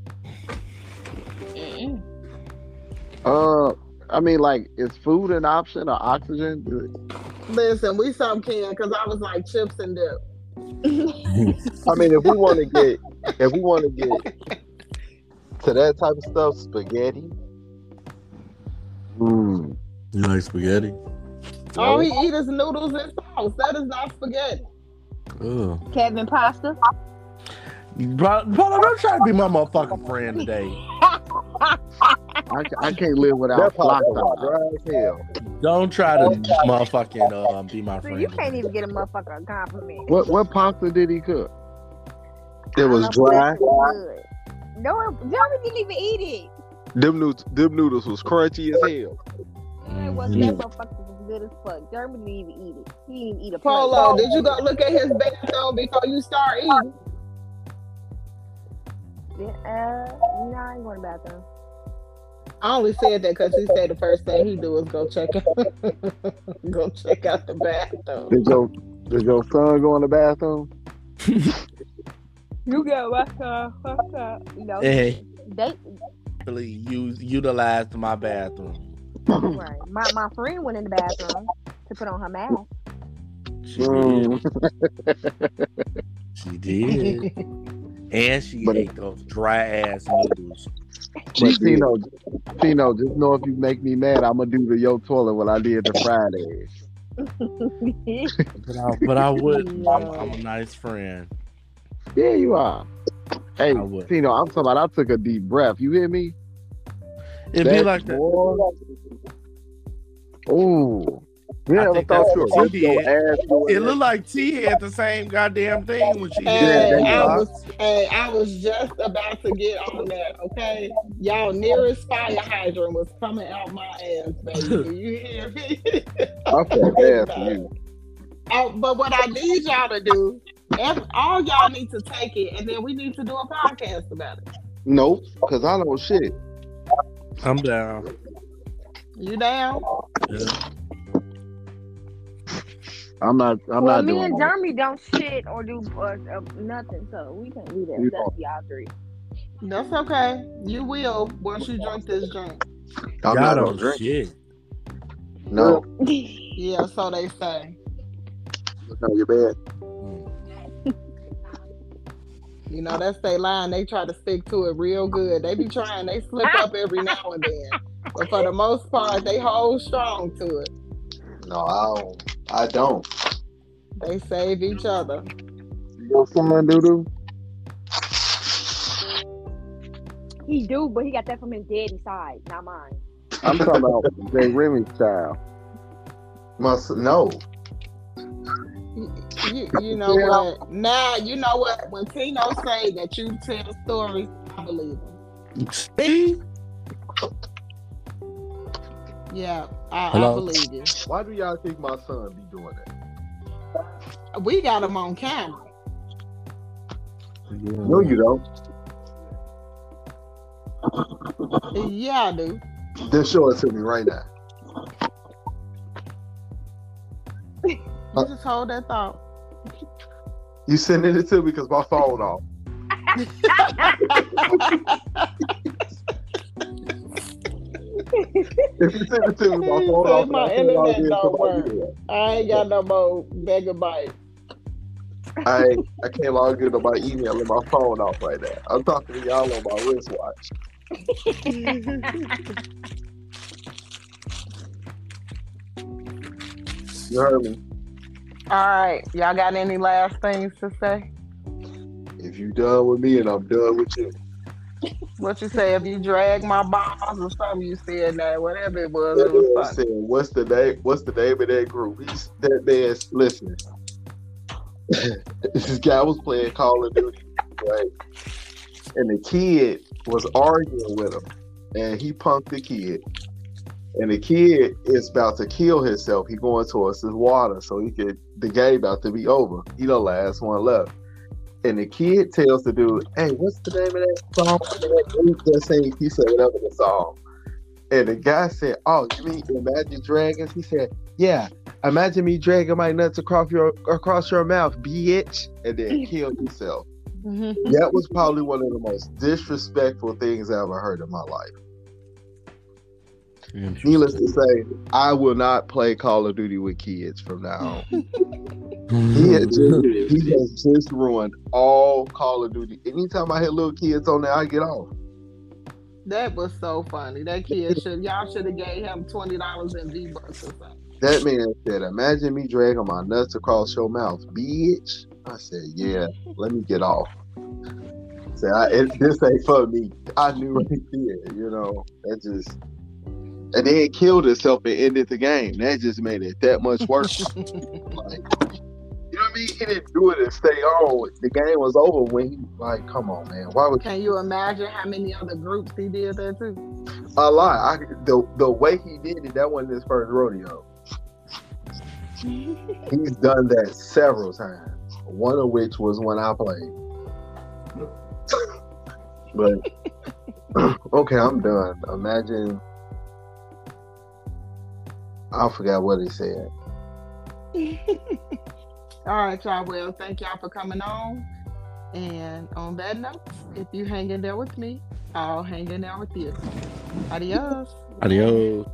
[SPEAKER 4] Uh, I mean, like, is food an option or oxygen?
[SPEAKER 1] Listen, we some can because I was like chips and dip.
[SPEAKER 5] I mean, if we want to get, if we want to get to that type of stuff, spaghetti.
[SPEAKER 4] Mm.
[SPEAKER 6] You like spaghetti?
[SPEAKER 1] All he eat is noodles and sauce. That is not spaghetti.
[SPEAKER 6] Ugh.
[SPEAKER 3] Kevin Pasta.
[SPEAKER 6] Bro, bro, don't try to be my motherfucking friend today.
[SPEAKER 4] I, ca- I can't live without
[SPEAKER 5] That pasta was
[SPEAKER 4] flock.
[SPEAKER 5] dry as hell.
[SPEAKER 6] Don't try to motherfucking uh, be my
[SPEAKER 3] So
[SPEAKER 6] friend.
[SPEAKER 3] you can't
[SPEAKER 6] today.
[SPEAKER 3] even get a motherfucker a compliment.
[SPEAKER 4] What what pasta did he cook?
[SPEAKER 5] It was
[SPEAKER 3] My
[SPEAKER 5] dry.
[SPEAKER 3] pasta was good. No, one- Joey didn't even eat it.
[SPEAKER 5] Them noodles, them noodles was crunchy as hell.
[SPEAKER 3] It
[SPEAKER 5] Mm-hmm.
[SPEAKER 3] wasn't that motherfucker was good as fuck. Jeremy didn't even eat it. He didn't even eat a plate.
[SPEAKER 1] Polo, uh, did you go look at his bathroom before you start eating?
[SPEAKER 3] Yeah, uh, no, I ain't going to the bathroom.
[SPEAKER 1] I only said that because he said the first thing he do is go check out, go check out the bathroom.
[SPEAKER 4] Did your did your son go in the bathroom?
[SPEAKER 3] You got
[SPEAKER 1] uh,
[SPEAKER 3] what's up, what's up. You know,
[SPEAKER 6] Hey,
[SPEAKER 3] they,
[SPEAKER 6] really use utilized my bathroom.
[SPEAKER 3] right. My, my friend went in the bathroom to put on her mask.
[SPEAKER 4] Mm.
[SPEAKER 6] She did. She did. and she
[SPEAKER 4] But-
[SPEAKER 6] ate those dry ass noodles.
[SPEAKER 4] But
[SPEAKER 5] did.
[SPEAKER 4] Tino, Tino, just know if you make me mad, I'm gonna do to your toilet what I did to Friday.
[SPEAKER 6] But I, but I would.
[SPEAKER 1] No.
[SPEAKER 6] I'm, I'm a nice friend.
[SPEAKER 4] Yeah, you are. Hey,
[SPEAKER 6] I would.
[SPEAKER 4] Tino, I'm talking about. I took a deep breath. You hear me?
[SPEAKER 6] It'd be
[SPEAKER 4] That
[SPEAKER 6] like that.
[SPEAKER 4] boy. Ooh. We
[SPEAKER 6] I
[SPEAKER 4] never
[SPEAKER 6] think
[SPEAKER 4] thought
[SPEAKER 6] that's
[SPEAKER 4] you
[SPEAKER 6] what
[SPEAKER 4] would rip
[SPEAKER 6] she
[SPEAKER 4] your
[SPEAKER 6] did.
[SPEAKER 4] ass doing
[SPEAKER 6] It
[SPEAKER 4] that.
[SPEAKER 6] looked like T had the same goddamn thing when she
[SPEAKER 1] Hey, I
[SPEAKER 6] did. that.
[SPEAKER 1] was, hey, I was just about to get on that. Okay, y'all nearest fire hydrant was coming out my ass, baby. Do you hear me? Um,
[SPEAKER 4] I felt bad for you.
[SPEAKER 1] Oh, but what I need y'all to do Every, all y'all need to take it, and then we need to do a podcast about it.
[SPEAKER 5] Nope, because I don't shit.
[SPEAKER 6] I'm down.
[SPEAKER 1] You down?
[SPEAKER 4] I'm not. I'm
[SPEAKER 3] well,
[SPEAKER 4] not
[SPEAKER 3] me
[SPEAKER 4] doing.
[SPEAKER 3] and
[SPEAKER 4] that.
[SPEAKER 3] Jeremy don't shit or do uh, uh, nothing, so we can do that.
[SPEAKER 4] We
[SPEAKER 3] That's y'all three.
[SPEAKER 1] That's okay. You will once you drink this drink.
[SPEAKER 5] I'm not
[SPEAKER 6] Y'all
[SPEAKER 5] gonna
[SPEAKER 6] don't
[SPEAKER 5] drink.
[SPEAKER 6] shit.
[SPEAKER 5] No,
[SPEAKER 1] Yeah, so they say.
[SPEAKER 4] No, you're bad.
[SPEAKER 1] You know, that's they line. They try to stick to it real good. They be trying. They slip up every now and then. But for the most part, they hold strong to it.
[SPEAKER 5] no, I don't. I don't.
[SPEAKER 1] They save each other.
[SPEAKER 4] Your son, doo
[SPEAKER 3] he do, but he got that from his daddy's side, not mine.
[SPEAKER 4] I'm talking about Jay Remy style.
[SPEAKER 5] Must no.
[SPEAKER 1] You, you know
[SPEAKER 4] Yeah.
[SPEAKER 1] what? Now, you know what? When Tino say that you tell stories, I believe him.
[SPEAKER 6] See?
[SPEAKER 1] Yeah, I, I
[SPEAKER 6] Hello?
[SPEAKER 1] believe you.
[SPEAKER 7] Why do y'all think my son be doing that?
[SPEAKER 1] We got him on camera.
[SPEAKER 4] No, you don't.
[SPEAKER 1] Yeah, dude.
[SPEAKER 5] Just show it to me right now.
[SPEAKER 1] You just hold that thought.
[SPEAKER 5] You sending it to me because my phone off. If you send it to me, my
[SPEAKER 1] He
[SPEAKER 5] phone
[SPEAKER 1] said
[SPEAKER 5] off.
[SPEAKER 1] my
[SPEAKER 5] I can't
[SPEAKER 1] internet
[SPEAKER 5] log in
[SPEAKER 1] don't
[SPEAKER 5] till my
[SPEAKER 1] work.
[SPEAKER 5] email.
[SPEAKER 1] I ain't got no more megabytes.
[SPEAKER 5] I I can't log into my email and my phone off right now. I'm talking to y'all on my wristwatch. You heard me.
[SPEAKER 1] All right, y'all got any last things to say?
[SPEAKER 5] If you done with me and I'm done with you,
[SPEAKER 1] What you say? If you drag my balls or something, you said that whatever it was, it
[SPEAKER 5] That man
[SPEAKER 1] was
[SPEAKER 5] said, what's the name? What's the name of that group? He's that man's listen. this guy was playing Call of Duty, right? And the kid was arguing with him, and he punked the kid. And the kid is about to kill himself. He going towards his water, so he could. The game about to be over. He the last one left. And the kid tells the dude, "Hey, what's the name of that song? That group that sing?" He said, "Whatever the song." And the guy said, "Oh, you mean Imagine Dragons?" He said, "Yeah, imagine me dragging my nuts across your across your mouth, bitch," and then kill yourself.
[SPEAKER 1] fun.
[SPEAKER 5] That was probably one of the most disrespectful things I ever heard in my life. Needless to say, I will not play Call of Duty with kids from now on. He has just, he has just ruined all Call of Duty. Anytime I hear little kids on there, I get off.
[SPEAKER 1] that was so funny. That kid should y'all should have gave him twenty dollars in V bucks or something.
[SPEAKER 5] That man said, Imagine me dragging my nuts across your mouth, bitch. I said, Yeah, let me get off. Say, I, it, this ain't for me. I knew right there, you know. That just. And then it killed itself and ended the game. That just made it that much worse. like, you know what I mean? He didn't do it and stay on. The game was over when he, like, come on, man. Why would
[SPEAKER 1] Can you imagine how many other groups he did that to?
[SPEAKER 5] I lie? I, the, the way he did it, that wasn't his first rodeo. He's done that several times. One of which was when I played. But okay, I'm done. Imagine I forgot what he said.
[SPEAKER 1] All right, y'all. Well, thank y'all for coming on. And on that note, if you hanging there with me, I'll hang in there with you. Adios.
[SPEAKER 6] Adios.